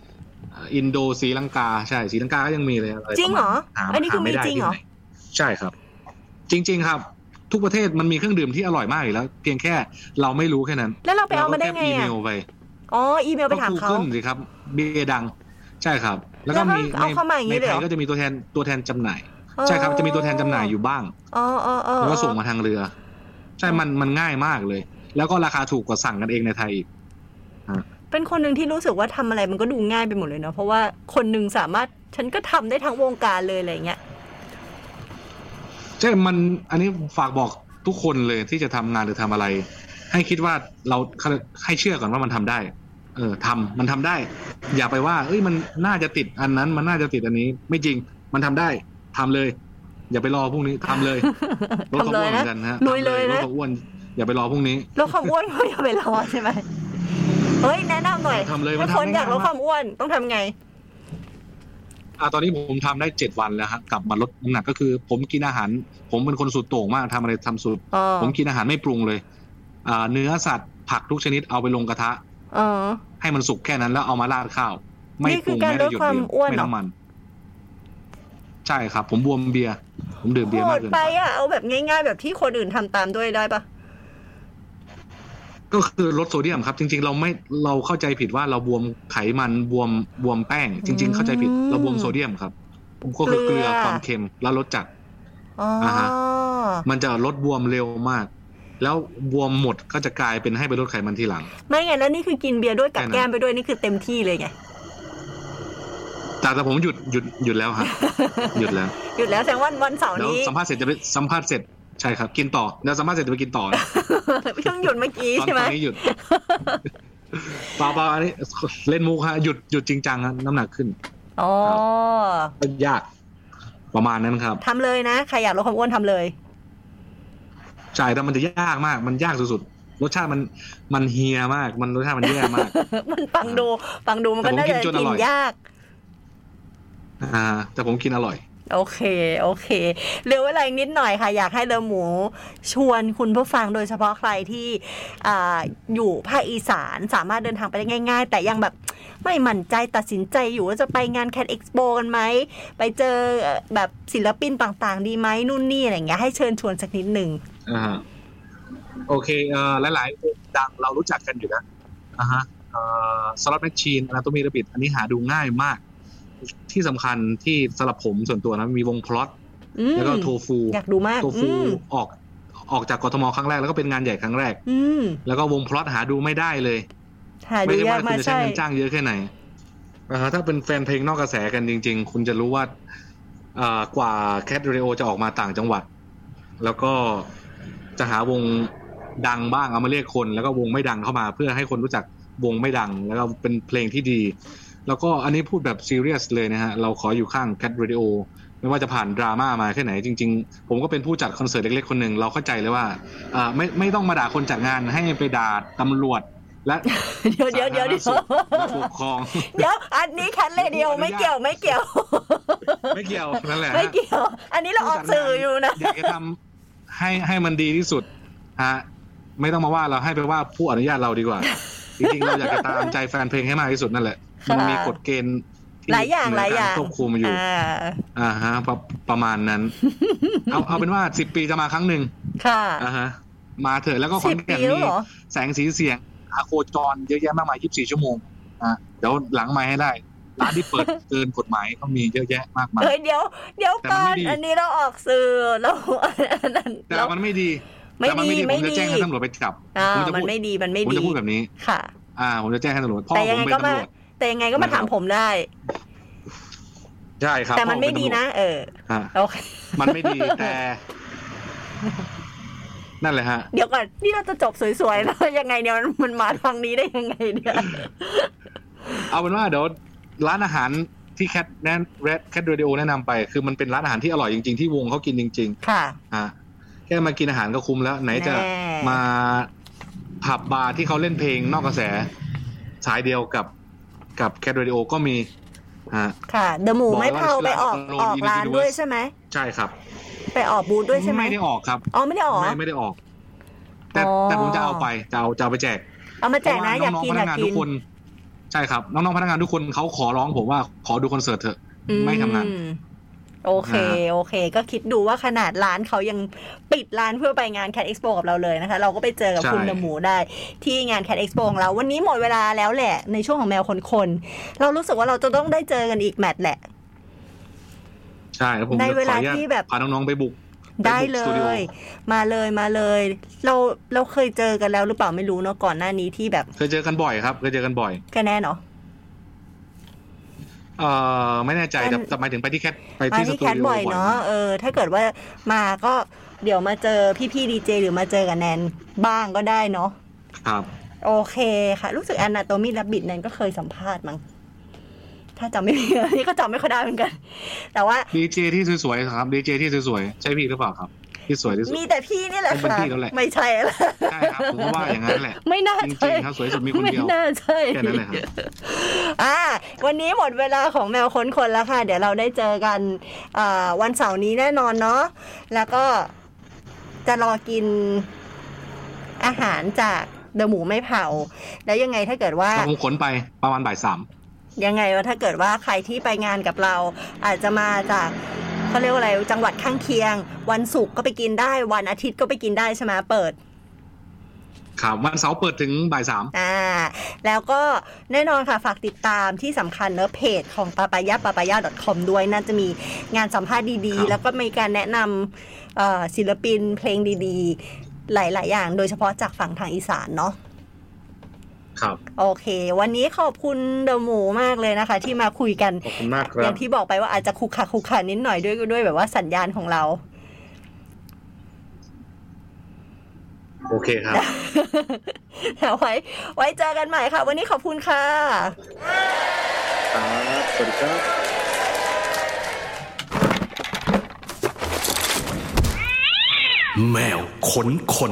Speaker 3: อ่าอินโดศรีลังกาใช่ศรีลังกาก็ยังมีเลยอะไร
Speaker 2: จริงเหรอ
Speaker 3: ประาณ
Speaker 2: อันนี้คือมี
Speaker 3: าา
Speaker 2: จริงเหรอ
Speaker 3: ที่ไนใช่ครับ จริง ๆครับ ทุกประเทศมันมีเครื่องดื่มที่อร่อยมากอยู่แล้ว เพียงแค่เราไม่รู้แค่นั้น
Speaker 2: แล้วเราไปเอามาได้ไง
Speaker 3: รก็แค่อีเม
Speaker 2: อ่ะ
Speaker 3: ลไป
Speaker 2: อ๋อ อีเมลไปถามเขา
Speaker 3: ก็ Google สิครับ เบียร์ดัง ใช่ครับ แล้วก็มี
Speaker 2: แล้วก็เอาเข้ามาอย่างนี้
Speaker 3: ใน
Speaker 2: เลย
Speaker 3: ไท
Speaker 2: เหรอ
Speaker 3: ยก็จะมีตัวแทนตัวแทนจำหน่าย ใช่ครับจะมีตัวแทนจำหน่ายอยู่บ้าง
Speaker 2: อ๋ออ๋ออ๋อ
Speaker 3: แล้วก็ส่งมาทางเรือ ใช่มันมันง่ายมากเลย แล้วก็ราคาถูกกว่าสั่งกันเองในไทยอีก
Speaker 2: เป็นคนหนึ่งที่รู้สึกว่าทำอะไรมันก็ดูง่ายไปหมดเลยเนาะ เพราะว่าคนหนึ่งสามารถ ฉันก็ทำได้ทั้งวงการเลยอะไรเงี้ย
Speaker 3: ใช่มันอันนี้ฝากบอกทุกคนเลยที่จะทำงานหรือทำอะไร ให้คิดว่าเราให้เชื่อก่อนว่ามันทำได้ เออทำมันทำได้ อย่าไปว่าเอ้ยมันน่าจะติดอันนั้น มันน่าจะติดอันนี้ ไม่จริงมันทำได้ทำเลย อย่าไปรอพรุ่งนี้ทำ เลยลดความอ้วนเหมือนกันฮะ
Speaker 2: ทำเลยนะลุยเลย
Speaker 3: ทำ
Speaker 2: นะ
Speaker 3: ลดความอ้วนอย่าไปรอพรุ่งนี้
Speaker 2: ลดความอ้วนก็อย่าไปรอใช่ไหมเฮ้ยแนะนำหน่อย
Speaker 3: ทำเลยมัน
Speaker 2: ถ้าคน
Speaker 3: ทำได้
Speaker 2: อยากลดความอ้วนต้องทำไง
Speaker 3: อ่าตอนนี้ผมทำได้เจ็ดวันแล้วครับกลับมาลดน้ำหนักก็คือ ผมกินอาหาร ผมเป็นคนสุดโต่งมากทำอะไรทำสุด
Speaker 2: อ๋อ
Speaker 3: ผมกินอาหารไม่ปรุงเลยอ่าเนื้อสัตว์ผักทุกชนิดเอาไปลงกระทะ
Speaker 2: อ๋อ
Speaker 3: ให้มันสุกแค่นั้นแล้วเอามาราดข้าว ไม่
Speaker 2: นี่
Speaker 3: ป
Speaker 2: คื
Speaker 3: รุ
Speaker 2: อง การ
Speaker 3: ไม่ได้
Speaker 2: ลด
Speaker 3: หยด
Speaker 2: ความ
Speaker 3: เดียว
Speaker 2: อ้วน
Speaker 3: ไม่
Speaker 2: เหรอ
Speaker 3: น้ำมัน ใช่ครับ ผมบวมเบียร์ผมดื่มเบียร์
Speaker 2: โห
Speaker 3: มาก
Speaker 2: ด
Speaker 3: เกิน
Speaker 2: ไป
Speaker 3: ไป
Speaker 2: อ่ะ เอาแบบง่ายๆ แบบที่คนอื่นทำตามด้วยได้ปะ
Speaker 3: ก็คือลดโซเดียมครับ จริง ๆ เราไม่เราเข้าใจผิดว่าเราบวมไขมันบวมบวมแป้ง จริง ๆ เข้าใจผิดเราบวมโซเดียมครับก็คือเกลือความเค็มแล้วลดจัด
Speaker 2: อ๋ออา
Speaker 3: ฮะ มันจะลดบวมเร็วมาก แล้วบวมหมดก็จะกลายเป็นให้ไปลดไขมันทีหลัง
Speaker 2: ไม่ไงแล้วนี่คือกินเบียร์ด้วยกับ
Speaker 3: แค่นั้น
Speaker 2: แก้มไปด้วยนี่คือเต็มที่เลยไง
Speaker 3: แต่แต่ผมหยุดหยุดหยุดแล้วฮะ หยุดแล้ว
Speaker 2: หยุดแล้วแสดงว่าวันเสาร์
Speaker 3: เดี๋ยว
Speaker 2: นี้
Speaker 3: สัมภาษณ์เสร็จจะไปสัมภาษณ์เสร็จใช่ครับ กินต่อเดี๋ยวสัมภาษณ์เสร็จจะไปกินต่อนะ
Speaker 2: เพิ่งหยุดเมื่อกี้
Speaker 3: ตอน
Speaker 2: ใช่ไหม
Speaker 3: ตอนนี้ห ยุด เปล่าเปล่าอันนี้เล่นมุกฮะหยุดหยุดจริงจังฮะน้ำหนักขึ้น
Speaker 2: อ๋อ
Speaker 3: ยากประมาณนั้นครับ
Speaker 2: ทำเลยนะ ใครอยากลดความอ้วนทำเลย
Speaker 3: ใช่แต่มันจะยากมาก มันยากสุดๆรสชาติมันมันเฮียมาก มันรสชาติมันแย่มาก
Speaker 2: มันฟังดู ฟังดูมันก็
Speaker 3: แต่ผม
Speaker 2: น่า
Speaker 3: กิ
Speaker 2: จะ
Speaker 3: นจนอ
Speaker 2: กิ
Speaker 3: ร่
Speaker 2: น
Speaker 3: อย
Speaker 2: ยาก
Speaker 3: อ่า แต่ผมกินอร่อย
Speaker 2: โอเค โอเคเหลือเวลาอีกนิดหน่อยค่ะ อยากให้เลอหมูชวนคุณผู้ฟังโดยเฉพาะใครที่อาอยู่ภาคอีสานสามารถเดินทางไปได้ง่าย ๆ แต่ยังแบบไม่มั่นใจตัดสินใจอยู่ว่าจะไปงานแคดเอ็กซ์โปกันไหม ไปเจอแบบศิลปินต่างๆ ดีไหมนู่นนี่อะไรอย่างเงี้ยให้เชิญชวนสักนิดหนึ่ง
Speaker 3: อ่าฮะโอเคเอ่อหลายๆวงดังเรารู้จักกันอยู่นะอ่าฮะเอ่อสล็อตแมชชีนนะตัวมีระบิดอันนี้หาดูง่ายมาก ที่สำคัญที่สำหรับผมส่วนตัวนะมีวงพลอต
Speaker 2: อืม
Speaker 3: แล้วก็โทฟู
Speaker 2: อยากดูมาก
Speaker 3: โทฟู
Speaker 2: อืม
Speaker 3: ออกออกจากกทมครั้งแรกแล้วก็เป็นงานใหญ่ครั้งแรก
Speaker 2: อืม
Speaker 3: แล้วก็วงพลอตหาดูไม่ได้เลย
Speaker 2: หา
Speaker 3: ไม่
Speaker 2: ดู
Speaker 3: ได้
Speaker 2: ยา
Speaker 3: ว่าก คุ
Speaker 2: มา
Speaker 3: ณ
Speaker 2: ก
Speaker 3: จะใช้
Speaker 2: ใช่
Speaker 3: เงินจ้างเยอะแค่ไหนอ่าฮะถ้าเป็นแฟนเพลงนอกกระแสกันจริง ๆ คุณจะรู้ว่าอ่ากว่าแคทเรโอจะออกมาต่างจังหวัด แล้วก็จะหาวงดังบ้างเอามาเรียกคน แล้วก็วงไม่ดังเข้ามา เพื่อให้คนรู้จักวงไม่ดัง แล้วก็เป็นเพลงที่ดี แล้วก็อันนี้พูดแบบซีเรียสเลยนะฮะ เราขออยู่ข้างแคทเรดิโอไม่ว่าจะผ่านดราม่ามาแค่ไหนจริง ๆ ผมก็เป็นผู้จัดคอนเสิร์ตเล็กๆคนหนึ่งเราเข้าใจเลยว่าอ่าไม่ไม่ต้องมาด่าคนจัดงานให้ไปด่าตำรวจและ
Speaker 2: เดี๋ยวเดี๋ยวเดี๋ยวเดี๋ยว
Speaker 3: สาธารณสุขและปกครอง
Speaker 2: เดี๋ยวอันนี้แคทเลเดียวไม่เกี่ยวไม่เกี่ยว
Speaker 3: ไม่เกี่ยวนั่นแหละ
Speaker 2: ไม่เกี่ยว อันนี้เราออกสื่ออยู่นะ
Speaker 3: อยากจะทำให้ให้มันดีที่สุดฮะไม่ต้องมาว่าเราให้ไปว่าผู้อนุญาตเราดีกว่า จริงๆเราอยากจะตามใจแฟนเพลงให้มากที่สุดนั่นแหละ
Speaker 2: ค่ะ
Speaker 3: มันมีกฎเกณฑ์
Speaker 2: หลายอย่าง
Speaker 3: เหนื
Speaker 2: หลายอย่าง
Speaker 3: กรควบคุมอยู่
Speaker 2: อ่า
Speaker 3: อ่าฮะประประมาณนั้น เอาเอาเป็นว่าสิบปีจะมาครั้งหนึ่ง
Speaker 2: ค่ะ
Speaker 3: อ่าฮะมาเถอะแล้วก็ขอ
Speaker 2: สิ
Speaker 3: น
Speaker 2: บ
Speaker 3: แก่น
Speaker 2: ปีแล้ว
Speaker 3: มี
Speaker 2: เหรอ
Speaker 3: แสงสีเสียงอาโคจรเยอะแยะมากมาย 24 ชั่วโมงอ่ะเดี๋ยวหลังไม้ให้ได้ ร้านที่เปิด เกินกฎหมายก็มีเยอะแยะมากมาย
Speaker 2: เอ้ยเดี๋ยว เดี๋ยว
Speaker 3: แต่
Speaker 2: ก่อน
Speaker 3: มันไม่ดี
Speaker 2: อันนี้เราออกสื่อเรา อันนั้น
Speaker 3: แต่
Speaker 2: เรา
Speaker 3: มันไม่ดี
Speaker 2: ไม่
Speaker 3: แต่น
Speaker 2: ดี
Speaker 3: ผม
Speaker 2: ไม่
Speaker 3: จะ
Speaker 2: ดี
Speaker 3: แจ้งให้ตำรวจไปจับ
Speaker 2: อ่า
Speaker 3: ผมจะพูด
Speaker 2: มันไม่ดีมันไม่
Speaker 3: ผม
Speaker 2: ดี
Speaker 3: จะพูดแบบนี้
Speaker 2: ค่ะ
Speaker 3: อ่า ผมจะแจ้งให้ตำรวจพ่อ
Speaker 2: แต่
Speaker 3: ผ
Speaker 2: ยัง
Speaker 3: ม
Speaker 2: ไง
Speaker 3: เป็น
Speaker 2: ก็
Speaker 3: ตำ
Speaker 2: มา
Speaker 3: รวจ
Speaker 2: แต่ยังไงก็มา
Speaker 3: นะครับ
Speaker 2: ถามผมได้
Speaker 3: ใช่ครับ
Speaker 2: แต่มันไม่ดีนะ เออ
Speaker 3: ฮะ
Speaker 2: โอเค
Speaker 3: มันไม่ ดีแต่ นั่นแหละฮะ
Speaker 2: เดี๋ยวก่อนนี่เราจะจบสวยๆแล้วยังไงเนี่ยมันมันมาทางนี้ได้ยังไงเนี่ย
Speaker 3: เอาเป็นว่าเดี๋ยวร้านอาหารที่แคทแนะแรดแคทเรดิโอแนะนำไป คือมันเป็นร้านอาหารที่อร่อยจริงๆ ที่วงเขากินจริง
Speaker 2: ค่ะ
Speaker 3: ๆอ่ะแค่มากินอาหารก็คุ้มแล้ว ไหนจะ
Speaker 2: แน่
Speaker 3: มาผับบาร์ที่เขาเล่นเพลงนอกกระแส สายเดียวกับกับแคทเรดิโอก็มีฮะ
Speaker 2: ค่ะเดอะหมู
Speaker 3: บอกแล้ว
Speaker 2: ไม่เผา
Speaker 3: ว่า
Speaker 2: ไปออก
Speaker 3: เรา
Speaker 2: ออกร้าน
Speaker 3: เรา
Speaker 2: ด้วยใช่ไหม
Speaker 3: ใช่ครับ
Speaker 2: ไปออกบูธด้วยใช่ไหม
Speaker 3: ไม่ได้ออกครับ
Speaker 2: อ๋อไม่ได้ออก
Speaker 3: ไม่ไม่ได้ออก แต่
Speaker 2: อ๋อ
Speaker 3: แต่ผมจะเอาไปจะเอาจะเอาไปแจก
Speaker 2: เอามาแจกนะ
Speaker 3: เพ
Speaker 2: อ
Speaker 3: ระ
Speaker 2: ยาก
Speaker 3: ว่
Speaker 2: กิน
Speaker 3: พ
Speaker 2: อยาก
Speaker 3: งาน
Speaker 2: กิ
Speaker 3: ทุ
Speaker 2: น
Speaker 3: กคน ใช่ครับ น้องๆพนักงานทุกคนเขาขอร้องผมว่าขอดูคอนเสิร์ตเถอะ ไม่ทำงาน
Speaker 2: อืมโอเค
Speaker 3: นะฮะ
Speaker 2: โอเค ก็คิดดูว่าขนาดร้านเขายังปิดร้านเพื่อไปงานแคดเอ็กซ์โปกับเราเลยนะคะ เราก็ไปเจอกับคุณเดอะหมูได้ที่งานแคดเอ็กซ์โปของเรา วันนี้หมดเวลาแล้วแหละ ในช่วงของแมวคนคนๆเรารู้สึกว่าเราจะต้องได้เจอกันอีกแมตช์แหละ
Speaker 3: ใช่แล้วผม
Speaker 2: ใน
Speaker 3: จะ
Speaker 2: เว
Speaker 3: ขอ
Speaker 2: ลา
Speaker 3: อนุญาต
Speaker 2: ที่แบบ
Speaker 3: พาน้องๆไปบุก
Speaker 2: ได้
Speaker 3: ไปบุ
Speaker 2: เล
Speaker 3: กสตูดิโอ
Speaker 2: ย มาเลยมาเลย เราเราเคยเจอกันแล้วหรือเปล่าไม่รู้เนาะก่อนหน้านี้ที่แบบ
Speaker 3: เคยเจอกันบ่อยครับเคยเจอกันบ่อย
Speaker 2: ก็แน่เนาะ
Speaker 3: เอ่อไม่แน่ใจ
Speaker 2: อัน
Speaker 3: แต่แต่หมายถึงไปที่แคทไป
Speaker 2: มา
Speaker 3: ที่ส
Speaker 2: ที่
Speaker 3: ตู
Speaker 2: แคท
Speaker 3: ดิโอ
Speaker 2: บ่อย
Speaker 3: บ่อย
Speaker 2: เนาะเออ ถ้าเกิดว่ามาก็เดี๋ยวมาเจอพี่ๆดีเจหรือมาเจอกับแนนบ้างก็ได้เนาะ
Speaker 3: ครับ
Speaker 2: โอเคค่ะ รู้สึก Anatomy Rabbit นั้นก็เคยสัมภาษณ์มั้งถ้าจำไม่ผิด อันนี่ก็จำไม่ค่อยได้เหมือนกัน แต่ว่า
Speaker 3: ดีเจที่สวยๆครับดีเจที่สวยๆใช่พี่หรือเปล่าครับ ที่สวยที่สุด
Speaker 2: มีแต่พี่นี่แหละ
Speaker 3: เป็น
Speaker 2: ค่ะ
Speaker 3: พี่แล้วแหละ
Speaker 2: ไม่ใช่ละ
Speaker 3: ใช่ครับผมก็ว่าอย่างนั้นแหละ
Speaker 2: ไม่น่า
Speaker 3: จริง
Speaker 2: ใช่
Speaker 3: ๆครับสวยสุดมีคน
Speaker 2: ไม่
Speaker 3: เดียว
Speaker 2: น่าใช่
Speaker 3: แค่นั้นแหละครับ
Speaker 2: อ่า วันนี้หมดเวลาของแมวค้นคนแล้วค่ะ เดี๋ยวเราได้เจอกันอ่าวันเสาร์นี้แน่นอนเนาะแล้วก็จะรอกินอาหารจากเดอะหมูไม่เผา แล้วยังไงถ้าเกิดว่า
Speaker 3: แต่ผมขนไปประมาณบ่ายสาม
Speaker 2: ยังไงว่าถ้าเกิดว่าใครที่ไปงานกับเรา อาจจะมาจากเขาเรียกว่าอะไรจังหวัดข้างเคียง วันศุกร์ก็ไปกินได้ วันอาทิตย์ก็ไปกินได้ใช่ไหมเปิด
Speaker 3: ครับวันเสาร์เปิดถึงบ่ายสาม
Speaker 2: อ่า แล้วก็แน่นอนค่ะ ฝากติดตามที่สำคัญเนอะเพจของปาปายาปาปายา .com ด้วยน่าจะมีงานสัมภาษณ์ดี
Speaker 3: ค
Speaker 2: ๆ
Speaker 3: รับ
Speaker 2: แล้วก็มีการแนะนำเอ่อศิลปินเพลงดีๆ หลาย ๆ อย่าง โดยเฉพาะจากฝั่งทางอีสานเนาะ
Speaker 3: ครับ
Speaker 2: โอเค วันนี้ขอบคุณเดอะหมูมากเลยนะคะ ที่มาคุยกัน
Speaker 3: ขอบคุณมากค
Speaker 2: อ
Speaker 3: รั
Speaker 2: ย่า
Speaker 3: บ
Speaker 2: งที่บอกไปว่าอาจจะคุกคักคุกคันนิดหน่อยด้วยด้วยแบบว่าสัญญาณของเรา
Speaker 3: โอเคครับ
Speaker 2: แล้วไว้ ไว้เจอกันใหม่ค่ะ วันนี้ขอบคุณค่ะ
Speaker 3: ครับสวัสดีครับ
Speaker 1: แมวขนคน